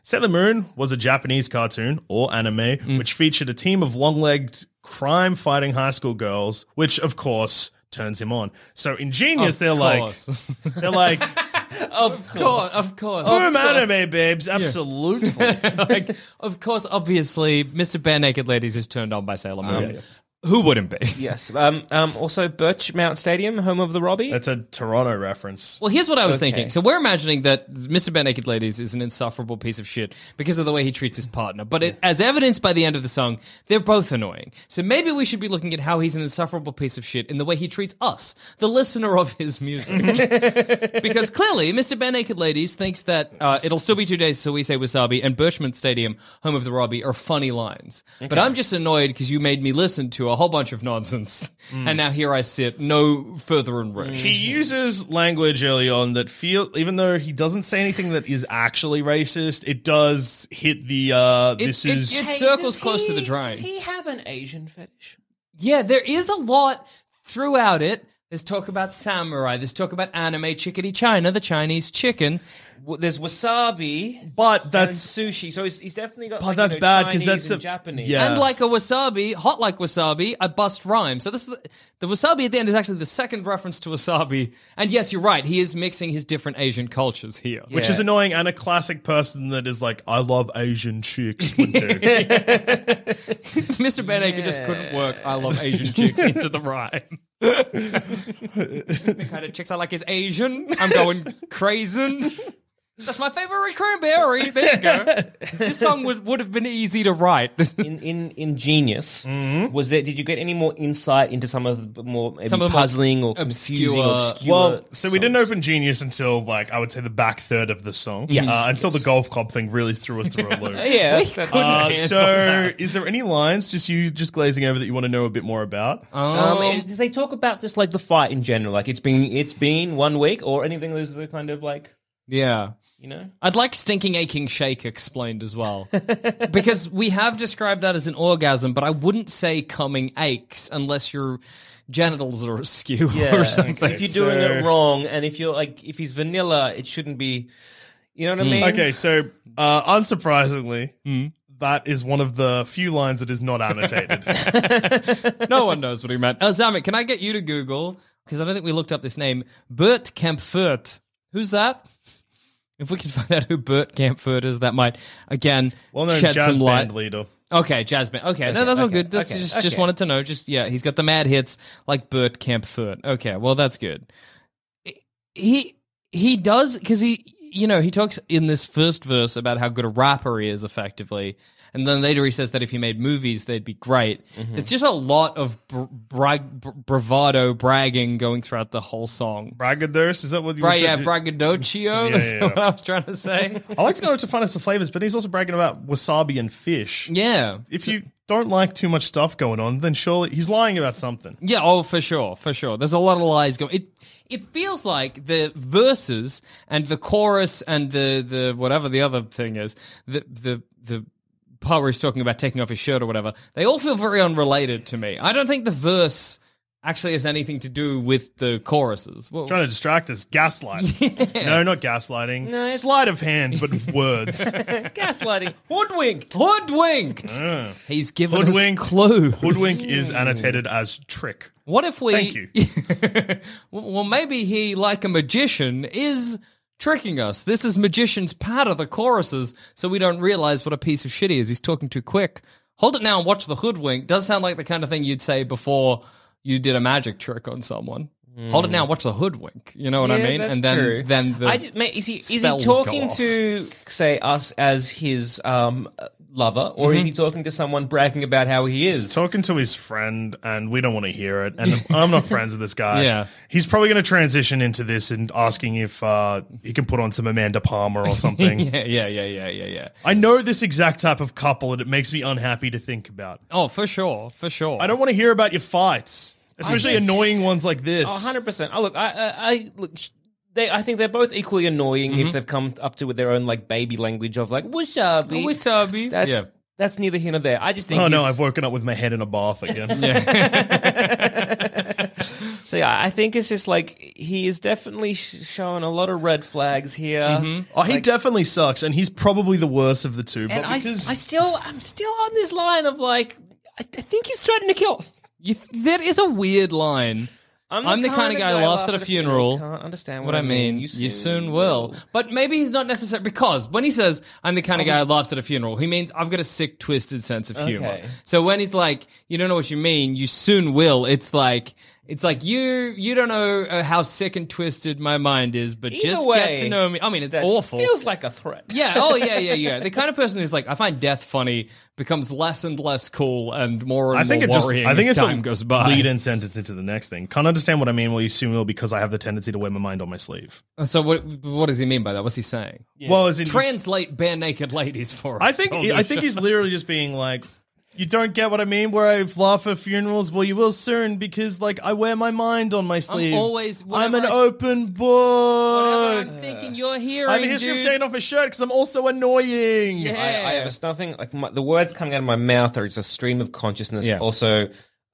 Speaker 3: Sailor Moon was a Japanese cartoon or anime
Speaker 1: Mm.
Speaker 3: which featured a team of long legged crime fighting high school girls, which of course turns him on. So in Genius,
Speaker 1: Of
Speaker 3: they're
Speaker 1: course.
Speaker 3: like, they're like,
Speaker 4: Of
Speaker 1: course, of course.
Speaker 3: boom anime, babes, absolutely.
Speaker 1: like, of course, obviously, Mr. Bare Naked Ladies is turned on by Sailor Moon. Who wouldn't be?
Speaker 4: Yes. Um, um, also, Birchmount Stadium, home of the Robbie.
Speaker 3: That's a Toronto reference.
Speaker 1: Well, here's what I was
Speaker 4: Okay.
Speaker 1: thinking. So we're imagining that Mr. Bare Naked Ladies is an insufferable piece of shit because of the way he treats his partner. But it, as evidenced by the end of the song, they're both annoying. So maybe we should be looking at how he's an insufferable piece of shit in the way he treats us, the listener of his music. because clearly, Mr. Bare Naked Ladies thinks that uh, it'll still be two days till we say wasabi and Birchmount Stadium, home of the Robbie, are funny lines. But I'm just annoyed because you made me listen to a whole bunch of nonsense, and now here I sit, no further enriched.
Speaker 3: He uses language early on that feel, even though he doesn't say anything that is actually racist, it does hit the. uh
Speaker 1: It-
Speaker 3: This
Speaker 1: it-
Speaker 3: is
Speaker 1: it circles close to the drain.
Speaker 4: Does he have an Asian fetish?
Speaker 1: Yeah, there is a lot throughout it. There's talk about samurai. There's talk about anime chickadee China, the Chinese chicken.
Speaker 4: Well, there's wasabi.
Speaker 3: but
Speaker 4: and
Speaker 3: that's
Speaker 4: sushi. So he's, he's definitely got.
Speaker 3: But
Speaker 4: like,
Speaker 3: that's
Speaker 4: you know,
Speaker 3: bad 'cause
Speaker 4: Chinese
Speaker 3: that's
Speaker 4: and
Speaker 3: a-
Speaker 4: Japanese.
Speaker 3: yeah.
Speaker 1: And like a wasabi, hot like wasabi, I bust rhyme. So this is the, the wasabi at the end is actually the second reference to wasabi. And yes, you're right. He is mixing his different Asian cultures here.
Speaker 3: which is annoying, and a classic person that is like, "I love Asian chicks" would do.
Speaker 1: Mr. Ben Aker just couldn't work. I love Asian chicks into the rhyme. the kind of chicks I like is Asian. I'm going crazy. That's my favorite cranberry. There you go. This song would, would have been easy to write. This-
Speaker 4: In in in Genius,
Speaker 3: Mm-hmm.
Speaker 4: was there? Did you get any more insight into some of the more maybe
Speaker 1: Some of the more
Speaker 4: puzzling or confusing?
Speaker 1: obscure-
Speaker 4: Or
Speaker 3: well, so we didn't open Genius until like I would say the back third of the song.
Speaker 1: Yes.
Speaker 3: uh, until the golf club thing really threw us through a loop.
Speaker 4: yeah, that's-
Speaker 3: Uh, so, is there any lines just you just glazing over that you want to know a bit more about?
Speaker 4: Um, it- do they talk about just like the fight in general? Like it's been it's been one week or anything? There's a kind of like
Speaker 1: Yeah.
Speaker 4: You know?
Speaker 1: I'd like stinking aching shake explained as well. because we have described that as an orgasm, but I wouldn't say coming aches unless your genitals are askew or something.
Speaker 4: If you're doing it wrong, and if you're like, if he's vanilla, it shouldn't be. You know what
Speaker 1: Hmm.
Speaker 4: I mean?
Speaker 3: Okay, so uh, unsurprisingly, that is one of the few lines that is not annotated.
Speaker 1: no one knows what he meant. Uh, Zamek, can I get you to Google? Because I don't think we looked up this name. Bert Kampfert. Who's that? If we can find out who Bert Kampfert is, that might, again,
Speaker 3: Well-known
Speaker 1: shed
Speaker 3: jazz
Speaker 1: some light.
Speaker 3: band leader.
Speaker 1: Okay, jazz band. Okay, no,
Speaker 3: Okay,
Speaker 1: that's all
Speaker 3: okay,
Speaker 1: good. That's
Speaker 3: okay,
Speaker 1: just, just
Speaker 3: okay.
Speaker 1: wanted to know. Just, yeah, he's got the mad hits like Bert Kampfert. Okay, well, that's good. He, he does, because he, you know, he talks in this first verse about how good a rapper he is, effectively. And then later he says that if he made movies, they'd be great.
Speaker 3: Mm-hmm.
Speaker 4: Mhm.
Speaker 1: It's just a lot of br- brag- br- bravado bragging going throughout the whole song.
Speaker 3: Braggadurce? Is that what you
Speaker 1: Right, yeah,
Speaker 3: said?
Speaker 1: braggadocio.
Speaker 3: Yeah,
Speaker 1: is
Speaker 3: yeah,
Speaker 1: what
Speaker 3: yeah.
Speaker 1: I was trying to say.
Speaker 3: I like to know it's a fun of flavors, but he's also bragging about wasabi and fish.
Speaker 1: Yeah.
Speaker 3: If you don't like too much stuff going on, then surely he's lying about something.
Speaker 1: Yeah, oh, for sure, for sure. There's a lot of lies going. It it feels like the verses and the chorus and the the whatever the other thing is the the the part where he's talking about taking off his shirt or whatever. They all feel very unrelated to me. I don't think the verse actually has anything to do with the choruses. Well,
Speaker 3: Trying to distract us. Gaslight. No, not gaslighting.
Speaker 4: No, it's-
Speaker 3: Sleight of hand, but words.
Speaker 4: Gaslighting. Hoodwinked.
Speaker 1: hoodwinked.
Speaker 3: Yeah.
Speaker 1: He's given
Speaker 3: Mm. Hoodwinked.
Speaker 1: us clues.
Speaker 3: Hoodwink is annotated as trick.
Speaker 1: What if we?
Speaker 3: Thank you.
Speaker 1: Well, well, maybe he, like a magician, is tricking us. This is magician's part of the choruses, so we don't realize what a piece of shit he is. He's talking too quick. Hold it now and watch the hoodwink. Does sound like the kind of thing you'd say before you did a magic trick on someone. Hold it now, and watch the hoodwink. You know what I
Speaker 4: Yeah,
Speaker 1: mean?
Speaker 4: that's
Speaker 1: and then,
Speaker 4: true.
Speaker 1: then the
Speaker 4: I just, mate, is he is
Speaker 1: spell would
Speaker 4: he
Speaker 1: go
Speaker 4: talking
Speaker 1: off.
Speaker 4: to say us as his um lover, or is he
Speaker 1: Mm-hmm.
Speaker 4: talking to someone bragging about how he
Speaker 3: He's
Speaker 4: is?
Speaker 3: talking to his friend, and we don't want to hear it. And I'm not friends with this guy.
Speaker 1: Yeah.
Speaker 3: He's probably going to transition into this and asking if uh, he can put on some Amanda Palmer or something.
Speaker 1: yeah, yeah, yeah, yeah, yeah, yeah.
Speaker 3: I know this exact type of couple, and it makes me unhappy to think about.
Speaker 1: Oh, for sure, for sure.
Speaker 3: I don't want to hear about your fights, especially
Speaker 4: just-
Speaker 3: annoying ones like this.
Speaker 4: hundred percent. Oh look, I I, I look. sh- They, I think they're both equally annoying
Speaker 1: Mm-hmm.
Speaker 4: if they've come up to with their own like baby language of like wasabi.
Speaker 1: Wasabi.
Speaker 4: That's
Speaker 1: Yeah.
Speaker 4: that's neither here nor there. I just think.
Speaker 3: Oh no,
Speaker 4: he's-
Speaker 3: I've woken up with my head in a bath again.
Speaker 4: So yeah, I think it's just like he is definitely sh- showing a lot of red flags here.
Speaker 1: Mm-hmm.
Speaker 3: Oh, he definitely sucks, and he's probably the worst of the two. But
Speaker 4: And I, s-
Speaker 3: because
Speaker 4: I still, I'm still on this line of like, I, I think he's threatening to kill us.
Speaker 1: You th- that is a weird line. I'm the, kind, of guy who laughs at a funeral.
Speaker 4: Can't understand
Speaker 1: what I mean. You, soon, will. But maybe he's not necessary because when he says, I'm the kind of guy who laughs at a funeral, he means I've got a sick, twisted sense of humor.
Speaker 4: Okay.
Speaker 1: So when he's like, you don't know what you mean, you soon will, it's like, it's like you you don't know uh, how sick and twisted my mind is, but
Speaker 4: Either
Speaker 1: just
Speaker 4: way,
Speaker 1: get to know me. I mean, it's
Speaker 4: That
Speaker 1: awful.
Speaker 4: Feels like a threat.
Speaker 1: yeah, oh yeah, yeah, yeah. The kind of person who's like, I find death funny, becomes less and less cool and more and
Speaker 3: I think
Speaker 1: more
Speaker 3: it just.
Speaker 1: worrying
Speaker 3: I think
Speaker 1: as
Speaker 3: it's
Speaker 1: time
Speaker 3: a
Speaker 1: goes by.
Speaker 3: lead-in sentence into the next thing. Can't understand what I mean. Well, you soon will because I have the tendency to wear my mind on my sleeve.
Speaker 1: So what what does he mean by that? What's he saying?
Speaker 3: Well, as in,
Speaker 1: Translate bare naked ladies for us.
Speaker 3: I think.
Speaker 1: Tony.
Speaker 3: I think he's literally just being like. You don't get what I mean where I laugh at funerals? Well, you will soon because, like, I wear my mind on my sleeve.
Speaker 1: always-
Speaker 3: I'm an
Speaker 1: whatever I-
Speaker 3: open book.
Speaker 1: Whatever I'm thinking you're hearing.
Speaker 3: uh, I have a history
Speaker 1: dude.
Speaker 3: of taking off my shirt because I'm also annoying.
Speaker 1: Yeah.
Speaker 4: I, I have a nothing like my, the words coming out of my mouth are just a stream of consciousness.
Speaker 1: Yeah.
Speaker 4: Also,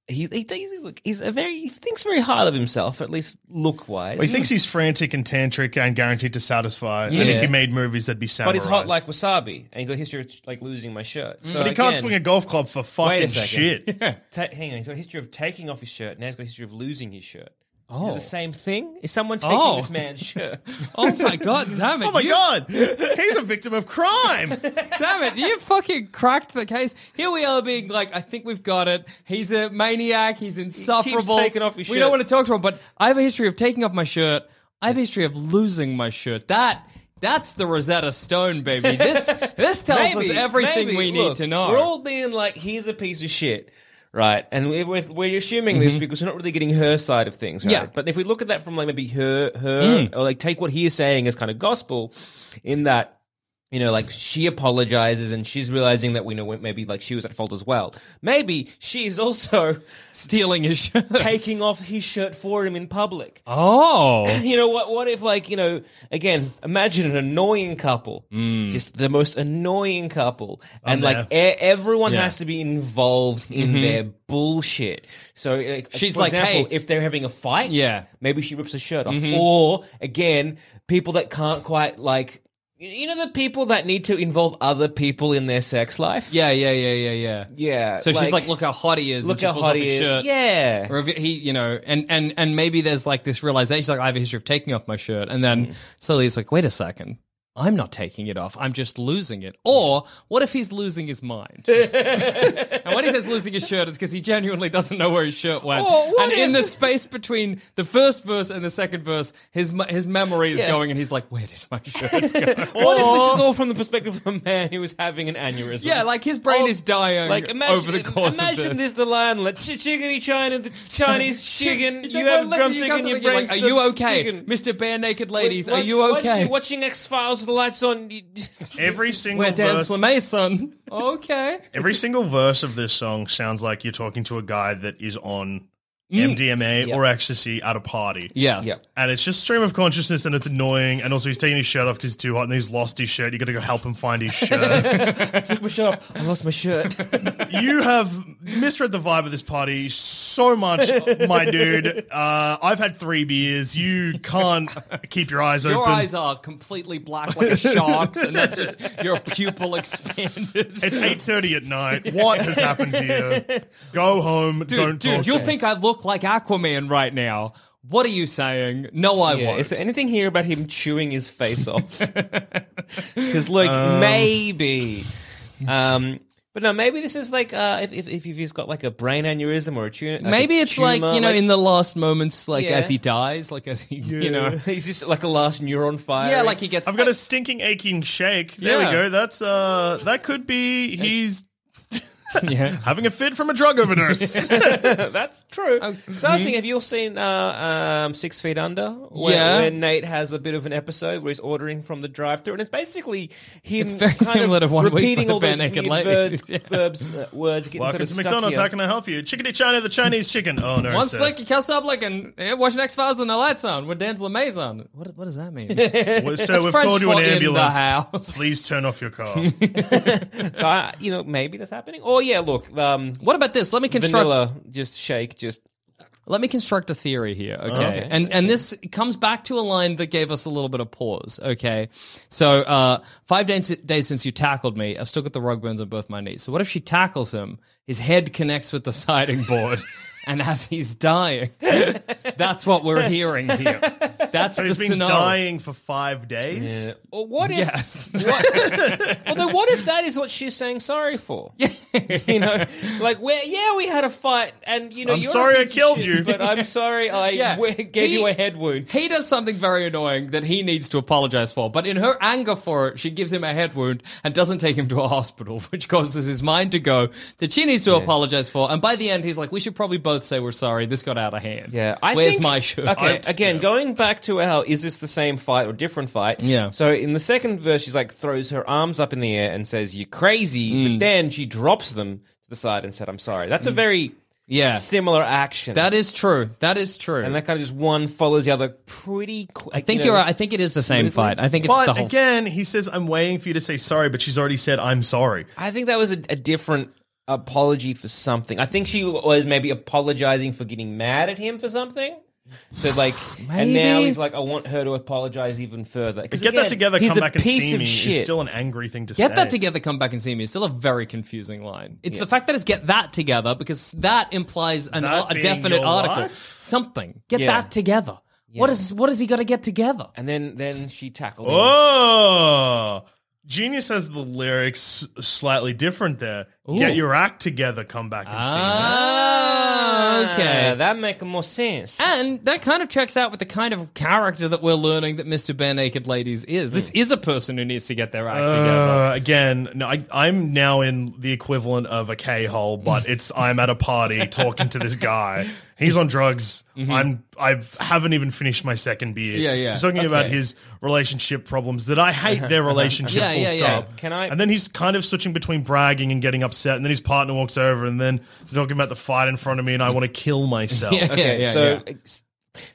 Speaker 4: he, he he's, look, he's a very he thinks very highly of himself, at least look wise.
Speaker 3: Well, he thinks he's frantic and tantric and guaranteed to satisfy. And
Speaker 4: Yeah.
Speaker 3: if he made movies, that'd be samurais.
Speaker 4: but he's hot like wasabi, and he got a history of like losing my
Speaker 1: Mm.
Speaker 4: shirt. So
Speaker 3: But he can't
Speaker 4: again-
Speaker 3: swing a golf club for
Speaker 4: Wait
Speaker 3: fucking
Speaker 4: a second.
Speaker 3: shit.
Speaker 4: Ta- hang on, he's got a history of taking off his shirt. Now he's got a history of losing his shirt. Oh, the same thing. Is someone taking
Speaker 1: Oh.
Speaker 4: this man's shirt?
Speaker 1: Oh my god, Zamet!
Speaker 3: Oh my
Speaker 1: you,
Speaker 3: god, he's a victim of crime.
Speaker 1: Zamet, you fucking cracked the case. Here we are being like, I think we've got it. He's a maniac. He's insufferable.
Speaker 4: taking off his
Speaker 1: we
Speaker 4: shirt.
Speaker 1: don't want to talk to him. But I have a history of taking off my shirt. I have a history of losing my shirt. That. That's the Rosetta Stone, baby. This this tells us everything
Speaker 4: maybe.
Speaker 1: we need
Speaker 4: Look,
Speaker 1: to know.
Speaker 4: We're all being like, he's a piece of shit. Right, and we- we're, we're assuming this because we're not really getting her side of things, right?
Speaker 1: Mm-hmm. Yeah. Mm.
Speaker 4: But if we look at that from like maybe her, her, or like take what he is saying as kind of gospel, in that you know, like she apologizes and she's realizing that we know what- maybe like she was at fault as well. Maybe she's also
Speaker 1: stealing his shirt,
Speaker 4: taking off his shirt for him in public.
Speaker 1: Oh.
Speaker 4: You know what? What if like you know again? Imagine an annoying couple, just the most annoying couple, and
Speaker 1: Mm. I'm
Speaker 4: like e- everyone
Speaker 1: Yeah.
Speaker 4: has to be involved in
Speaker 1: Mhm.
Speaker 4: their bullshit. So like,
Speaker 1: She's
Speaker 4: for
Speaker 1: like,
Speaker 4: example,
Speaker 1: "Hey."
Speaker 4: if they're having a fight,
Speaker 1: Yeah.
Speaker 4: maybe she rips her shirt off.
Speaker 1: Mhm.
Speaker 4: Or again, people that can't quite like. you- You know the people that need to involve other people in their sex life.
Speaker 1: Yeah, yeah, yeah, yeah, yeah.
Speaker 4: Yeah,
Speaker 1: So she's like, "Look how hot he is."
Speaker 4: Look
Speaker 1: and she
Speaker 4: how
Speaker 1: pulls
Speaker 4: hot
Speaker 1: off
Speaker 4: he
Speaker 1: his
Speaker 4: is.
Speaker 1: Shirt.
Speaker 4: Yeah.
Speaker 1: Or if he, you know, and and and maybe there's like this realization, she's like, "I have a history of taking off my shirt," and
Speaker 4: Mm.
Speaker 1: then slowly it's like, "Wait a second, I'm not taking it off. I'm just losing it." Or what if he's losing his mind? and when he says losing his shirt, it's because he genuinely doesn't know where his shirt went.
Speaker 4: Or what
Speaker 1: and in the
Speaker 4: if-
Speaker 1: space between the first verse and the second verse, his m- his memory is
Speaker 4: Yeah.
Speaker 1: going, and he's like, "Where did my shirt go?"
Speaker 4: What if this is all from the perspective of a man who was having an aneurysm?
Speaker 1: Yeah, like his brain
Speaker 4: Or-
Speaker 1: is dying
Speaker 4: Like imagine,
Speaker 1: over the course
Speaker 4: imagine
Speaker 1: of this.
Speaker 4: the lion, like "Ch- chickeny China, the Chinese chicken.
Speaker 1: It's
Speaker 4: you
Speaker 1: like,
Speaker 4: have
Speaker 1: well,
Speaker 4: a drum
Speaker 1: look, guys
Speaker 4: chicken, your
Speaker 1: are thinking,
Speaker 4: brain.
Speaker 1: like, Are you
Speaker 4: slips
Speaker 1: okay,
Speaker 4: chicken."
Speaker 1: Mister Bare Naked Ladies?
Speaker 4: Once-
Speaker 1: are you
Speaker 4: once
Speaker 1: okay?
Speaker 4: you're watching X Files with the lights on. You,
Speaker 3: Every single
Speaker 1: We're Dan
Speaker 3: verse-
Speaker 1: Slamason. Okay.
Speaker 3: Every single verse of this song sounds like you're talking to a guy that is on MDMA or ecstasy at a party.
Speaker 1: Mm. Yes.
Speaker 4: Yep.
Speaker 3: And it's just stream of consciousness and it's annoying. And also, he's taking his shirt off because he's too hot and he's lost his shirt. You got to go help him find his shirt.
Speaker 4: took my shirt off. I lost my shirt.
Speaker 3: you have misread the vibe of this party so much, my dude. Uh, I've had three beers. You can't keep your eyes
Speaker 1: Your
Speaker 3: open.
Speaker 1: eyes are completely black like a shark's, and that's just your pupil expanded.
Speaker 3: it's 8.30 at night. What has happened to you? Go home.
Speaker 1: Dude,
Speaker 3: don't
Speaker 1: dude,
Speaker 3: talk to
Speaker 1: you'll
Speaker 3: me.
Speaker 1: think I look like Aquaman right now. What are you saying? No, I
Speaker 4: Yeah,
Speaker 1: won't.
Speaker 4: is there anything here about him chewing his face off? Because like
Speaker 1: Um,
Speaker 4: maybe, um, but no, maybe this is like uh, if, if if he's got like a brain aneurysm or a tuna, like a
Speaker 1: Maybe it's like
Speaker 4: tumor,
Speaker 1: you know,
Speaker 4: like-
Speaker 1: in the last moments, like
Speaker 4: Yeah.
Speaker 1: as he dies, like as he, you know,
Speaker 4: he's just like a last neuron fire.
Speaker 1: yeah, like he gets.
Speaker 3: I've got a stinking aching shake. There
Speaker 1: Yeah.
Speaker 3: we go. That's uh that could be he's
Speaker 1: yeah.
Speaker 3: having a fit from a drug overdose.
Speaker 4: That's true.
Speaker 1: Oh,
Speaker 4: so I
Speaker 1: mm-hmm.
Speaker 4: was thinking, have you all seen uh, um, Six Feet Under? Where,
Speaker 1: Yeah.
Speaker 4: where Nate has a bit of an episode where he's ordering from the drive-through, and it's basically him.
Speaker 1: It's very
Speaker 4: kind of
Speaker 1: similar to One Week
Speaker 4: repeating
Speaker 1: by
Speaker 4: all those
Speaker 1: Bare Naked
Speaker 4: weird
Speaker 1: Ladies.
Speaker 4: Words,
Speaker 1: Yeah.
Speaker 4: verbs, uh, words getting
Speaker 3: Welcome
Speaker 4: sort of
Speaker 3: to
Speaker 4: stuck
Speaker 3: McDonald's.
Speaker 4: here.
Speaker 3: How can I help you? Chickadee China, the Chinese chicken. Oh no,
Speaker 1: One
Speaker 3: sir.
Speaker 1: slick, you cuss up like an eh, watching X Files with the lights on with Dan's LeMaison. What what does that mean?
Speaker 3: Well, sir, we've
Speaker 1: French
Speaker 3: called you
Speaker 1: for
Speaker 3: an
Speaker 1: in the
Speaker 3: ambulance.
Speaker 1: house.
Speaker 3: Please turn off your car.
Speaker 4: So I, you know, maybe that's happening. Or yeah, look, um,
Speaker 1: What about this? Let me construct.
Speaker 4: vanilla just shake, just
Speaker 1: Let me construct a theory here,
Speaker 3: Oh.
Speaker 1: okay? and and this comes back to a line that gave us a little bit of pause, okay? So uh, five days, days since you tackled me, I've still got the rug burns on both my knees. So what if she tackles him? His head connects with the siding board, and as he's dying, that's what we're hearing here. That's
Speaker 3: so
Speaker 1: the
Speaker 3: he's been
Speaker 1: scenario.
Speaker 3: dying for five days.
Speaker 4: Or what if?
Speaker 1: Yes.
Speaker 4: What, although, what if that is what she's saying sorry for? you know, like where? Yeah, we had a fight, and you know,
Speaker 3: I'm
Speaker 4: you're a
Speaker 3: sorry I
Speaker 4: piece of
Speaker 3: killed
Speaker 4: shit,
Speaker 3: you.
Speaker 4: but I'm sorry I we- gave
Speaker 1: He-
Speaker 4: you a head wound.
Speaker 1: He does something very annoying that he needs to apologize for, but in her anger for it, she gives him a head wound and doesn't take him to a hospital, which causes his mind to go that she needs to apologize for. And by the end, he's like, "We should probably both say we're sorry. This got out of hand.
Speaker 4: Yeah, I
Speaker 1: where's
Speaker 4: think-
Speaker 1: my shirt?
Speaker 4: Okay, again, going back to our is this the same fight or different fight?
Speaker 1: Yeah.
Speaker 4: So in the second verse, she's like throws her arms up in the air and says, "You're crazy,"
Speaker 1: Mm.
Speaker 4: but then she drops them to the side and said, "I'm sorry." That's a very
Speaker 1: Yeah.
Speaker 4: similar action.
Speaker 1: that is true. That is true.
Speaker 4: and that kind of just one follows the other pretty. Qu-
Speaker 1: I think
Speaker 4: you
Speaker 1: you
Speaker 4: know,
Speaker 1: are right. I think it is the same
Speaker 4: smoothly.
Speaker 1: fight. I think it's the
Speaker 3: But
Speaker 1: whole.
Speaker 3: again, he says, "I'm waiting for you to say sorry," but she's already said, "I'm sorry."
Speaker 4: I think that was a, a different apology for something. I think she was maybe apologizing for getting mad at him for something. So like, and now
Speaker 1: Maybe.
Speaker 4: he's like, I want her to apologize even further.
Speaker 3: But
Speaker 4: 'Cause
Speaker 3: get
Speaker 4: again,
Speaker 3: that together,
Speaker 4: he's
Speaker 3: come
Speaker 4: a
Speaker 3: back and
Speaker 4: piece
Speaker 3: see
Speaker 4: of
Speaker 3: me. It's
Speaker 4: shit.
Speaker 3: still an angry thing to say.
Speaker 1: Get that together, come back and see me. It's still a very confusing line. It's the fact that it's get that together because that implies an,
Speaker 3: That
Speaker 1: a
Speaker 3: being
Speaker 1: definite
Speaker 3: your
Speaker 1: article.
Speaker 3: life?
Speaker 1: Something. Get
Speaker 4: Yeah.
Speaker 1: that together. What is what has he got to get together?
Speaker 4: and then then she tackled. him.
Speaker 3: Oh, Genius has the lyrics slightly different there. Get your act together, come back and
Speaker 1: Ah, okay.
Speaker 4: that make more sense.
Speaker 1: And that kind of checks out with the kind of character that we're learning that Mr. Bare Naked Ladies is. This is a person who needs to get their act together.
Speaker 3: Hmm. Uh, again, no, I, I'm now in the equivalent of a K hole, but it's I'm at a party talking to this guy. He's on drugs. I'm I haven't even finished my second beer.
Speaker 4: Mm-hmm. Yeah, yeah.
Speaker 3: He's talking about
Speaker 4: Okay. Uh-huh.
Speaker 3: his relationship problems that I hate their relationship.
Speaker 4: Yeah,
Speaker 3: full
Speaker 4: yeah, yeah.
Speaker 3: stop.
Speaker 4: Can I-
Speaker 3: And then he's kind of switching between bragging and getting upset, and then his partner walks over, and then they're talking about the fight in front of me, and I want to kill myself.
Speaker 4: okay, so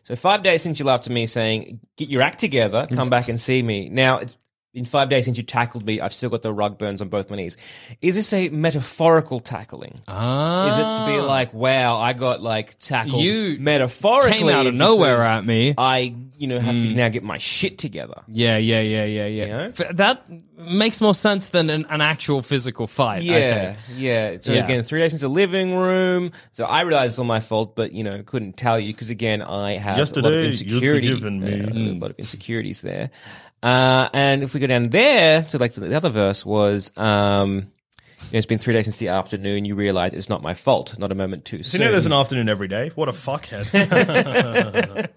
Speaker 4: so five days since you laughed at me saying, "Get your act together,
Speaker 1: Mm.
Speaker 4: come back and see me." Now, it's been five days since you tackled me. I've still got the rug burns on both my knees. Is this a metaphorical tackling? Is it to be like, "Wow, I got like tackled
Speaker 1: Ah. You
Speaker 4: metaphorically
Speaker 1: came out of nowhere
Speaker 4: because
Speaker 1: at me. Mm.
Speaker 4: I, you know, have to now get my shit together."
Speaker 1: Yeah, yeah, yeah, yeah, yeah. F- That makes more sense than an, an actual physical fight. I
Speaker 4: Yeah,
Speaker 1: think.
Speaker 4: yeah. So
Speaker 1: Yeah.
Speaker 4: again, three days into the living room. So I realized it's all my fault, but you know, couldn't tell you because again, I have a lot
Speaker 3: Yesterday,
Speaker 4: of
Speaker 3: you'd
Speaker 4: insecurity.
Speaker 3: forgiven me.
Speaker 4: Yeah, A lot of insecurities there. Uh, and if we go down there, so like the other verse was, um, you know, it's been three days since the afternoon. You realize it's not my fault. Not a moment too
Speaker 3: So
Speaker 4: soon.
Speaker 3: you know there's an afternoon every day. What a fuckhead.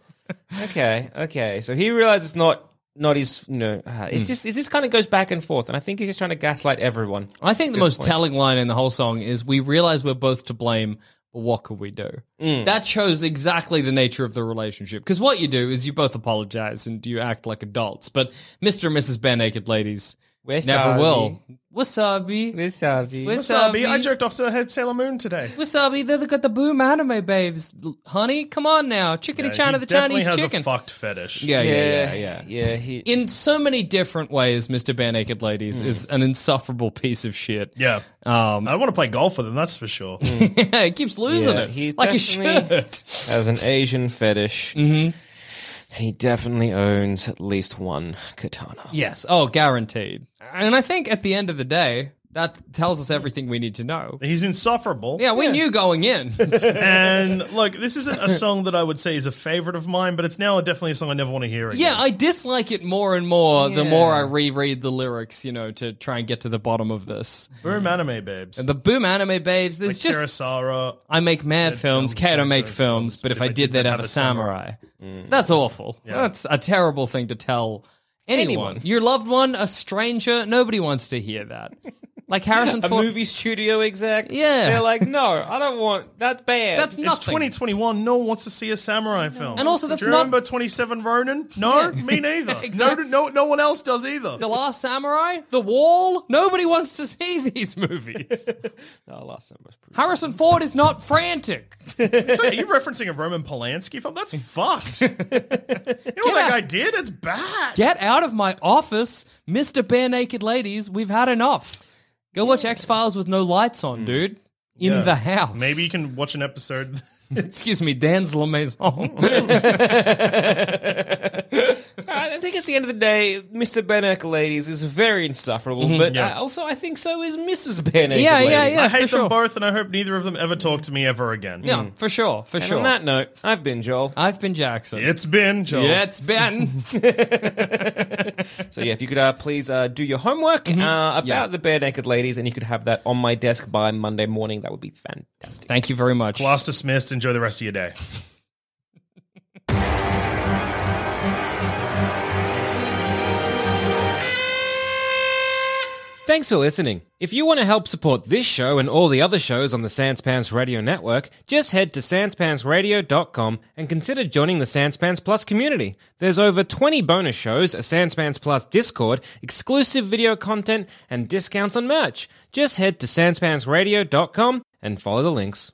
Speaker 4: okay, okay. So he realizes it's not not his. You know, uh, it's
Speaker 1: Hmm.
Speaker 4: just it's just kind of goes back and forth, and I think he's just trying to gaslight everyone.
Speaker 1: I think the
Speaker 4: Good
Speaker 1: most
Speaker 4: point.
Speaker 1: telling line in the whole song is We realize we're both to blame, but what could we do?
Speaker 4: Mm.
Speaker 1: That shows exactly the nature of the relationship. Because what you do is you both apologize and you act like adults, but Mr. and Mrs. Bare Naked Ladies
Speaker 4: We're
Speaker 1: never
Speaker 4: sorry.
Speaker 1: will. Wasabi.
Speaker 4: Wasabi.
Speaker 3: Wasabi, I jerked off to Sailor Moon today.
Speaker 1: Wasabi, they got the boom anime babes. L- Honey, come on now. Chickadee
Speaker 3: Yeah,
Speaker 1: China,
Speaker 3: he
Speaker 1: the
Speaker 3: definitely
Speaker 1: Chinese
Speaker 3: has
Speaker 1: chicken.
Speaker 3: a fucked fetish.
Speaker 1: yeah, yeah, yeah, yeah.
Speaker 4: yeah. He,
Speaker 1: In so many different ways, Mr. Bare Naked Ladies is an insufferable piece of shit.
Speaker 3: Yeah.
Speaker 1: Um, Mm.
Speaker 3: I don't want to play golf with him, that's for sure.
Speaker 1: yeah, he keeps losing
Speaker 4: Yeah,
Speaker 1: it.
Speaker 4: he
Speaker 1: like a
Speaker 4: definitely-
Speaker 1: shirt.
Speaker 4: has an Asian fetish. He definitely owns at least one katana.
Speaker 1: Yes. Oh, guaranteed. And I think at the end of the day, that tells us everything we need to know.
Speaker 3: He's insufferable.
Speaker 1: Yeah, we knew going in.
Speaker 3: And look, this isn't a song that I would say is a favorite of mine, but it's now definitely a song I never want to hear again.
Speaker 1: yeah, I dislike it more and more the
Speaker 4: Yeah.
Speaker 1: more I reread the lyrics, you know, to try and get to the bottom of this.
Speaker 3: Boom anime babes.
Speaker 1: And the boom anime babes, there's
Speaker 3: like
Speaker 1: just
Speaker 3: Kurosawa.
Speaker 1: I make mad
Speaker 3: Mad
Speaker 1: films,
Speaker 3: films,
Speaker 1: Kato
Speaker 3: Kato
Speaker 1: make
Speaker 3: films,
Speaker 1: films, but uh, if I did, they'd have a samurai. Mm. That's awful. That's a terrible thing to tell anyone.
Speaker 4: Anyone.
Speaker 1: Your loved one, a stranger, nobody wants to hear that. Like Harrison
Speaker 4: A
Speaker 1: Ford.
Speaker 4: movie studio exec.
Speaker 1: Yeah.
Speaker 4: They're like, no, I don't want that bad.
Speaker 1: That's nothing.
Speaker 3: It's 2021. No one wants to see a samurai film.
Speaker 1: And also, that's
Speaker 3: Do you
Speaker 1: not-
Speaker 3: remember 27 Ronin? No, me neither.
Speaker 1: Exactly.
Speaker 3: No, no, no one else does either.
Speaker 1: The Last Samurai, The Wall. Nobody wants to see these movies.
Speaker 4: oh, last time was pretty.
Speaker 1: Harrison Ford is not frantic.
Speaker 3: So, yeah, you're referencing a Roman Polanski film? That's fucked. you know what that guy did? It's bad.
Speaker 1: Get out of my office, Mr. Bare Naked Ladies. We've had enough. Go watch X Files with no lights on, dude. In
Speaker 3: Hmm. Yeah.
Speaker 1: the house.
Speaker 3: Maybe you can watch an episode.
Speaker 1: Excuse me, Dan's La
Speaker 3: Hmm.
Speaker 1: Maison.
Speaker 4: I think at the end of the day, Mr. Benek Ladies is very insufferable, but
Speaker 3: Yeah.
Speaker 4: uh, also I think so is Mrs. Benek.
Speaker 1: Yeah,
Speaker 4: Ladies.
Speaker 1: yeah, yeah.
Speaker 3: I hate
Speaker 1: for sure.
Speaker 3: them both, and I hope neither of them ever talk to me ever again.
Speaker 1: yeah, for sure, for
Speaker 4: And
Speaker 1: sure.
Speaker 4: on that note, I've been Joel.
Speaker 1: I've been Jackson.
Speaker 3: It's been Joel.
Speaker 1: Yeah, it's been.
Speaker 4: So yeah, if you could uh, please uh, do your homework uh, about
Speaker 1: Yeah.
Speaker 4: the bare naked ladies, and you could have that on my desk by Monday morning, that would be fantastic.
Speaker 1: Thank you very much.
Speaker 3: Class dismissed. Enjoy the rest of your day.
Speaker 4: Thanks for listening. If you want to help support this show and all the other shows on the Sanspants Radio Network, just head to sanspantsradio.com and consider joining the Sanspants Plus community. There's over 20 bonus shows, a Sanspants Plus Discord, exclusive video content, and discounts on merch. Just head to sanspantsradio.com and follow the links.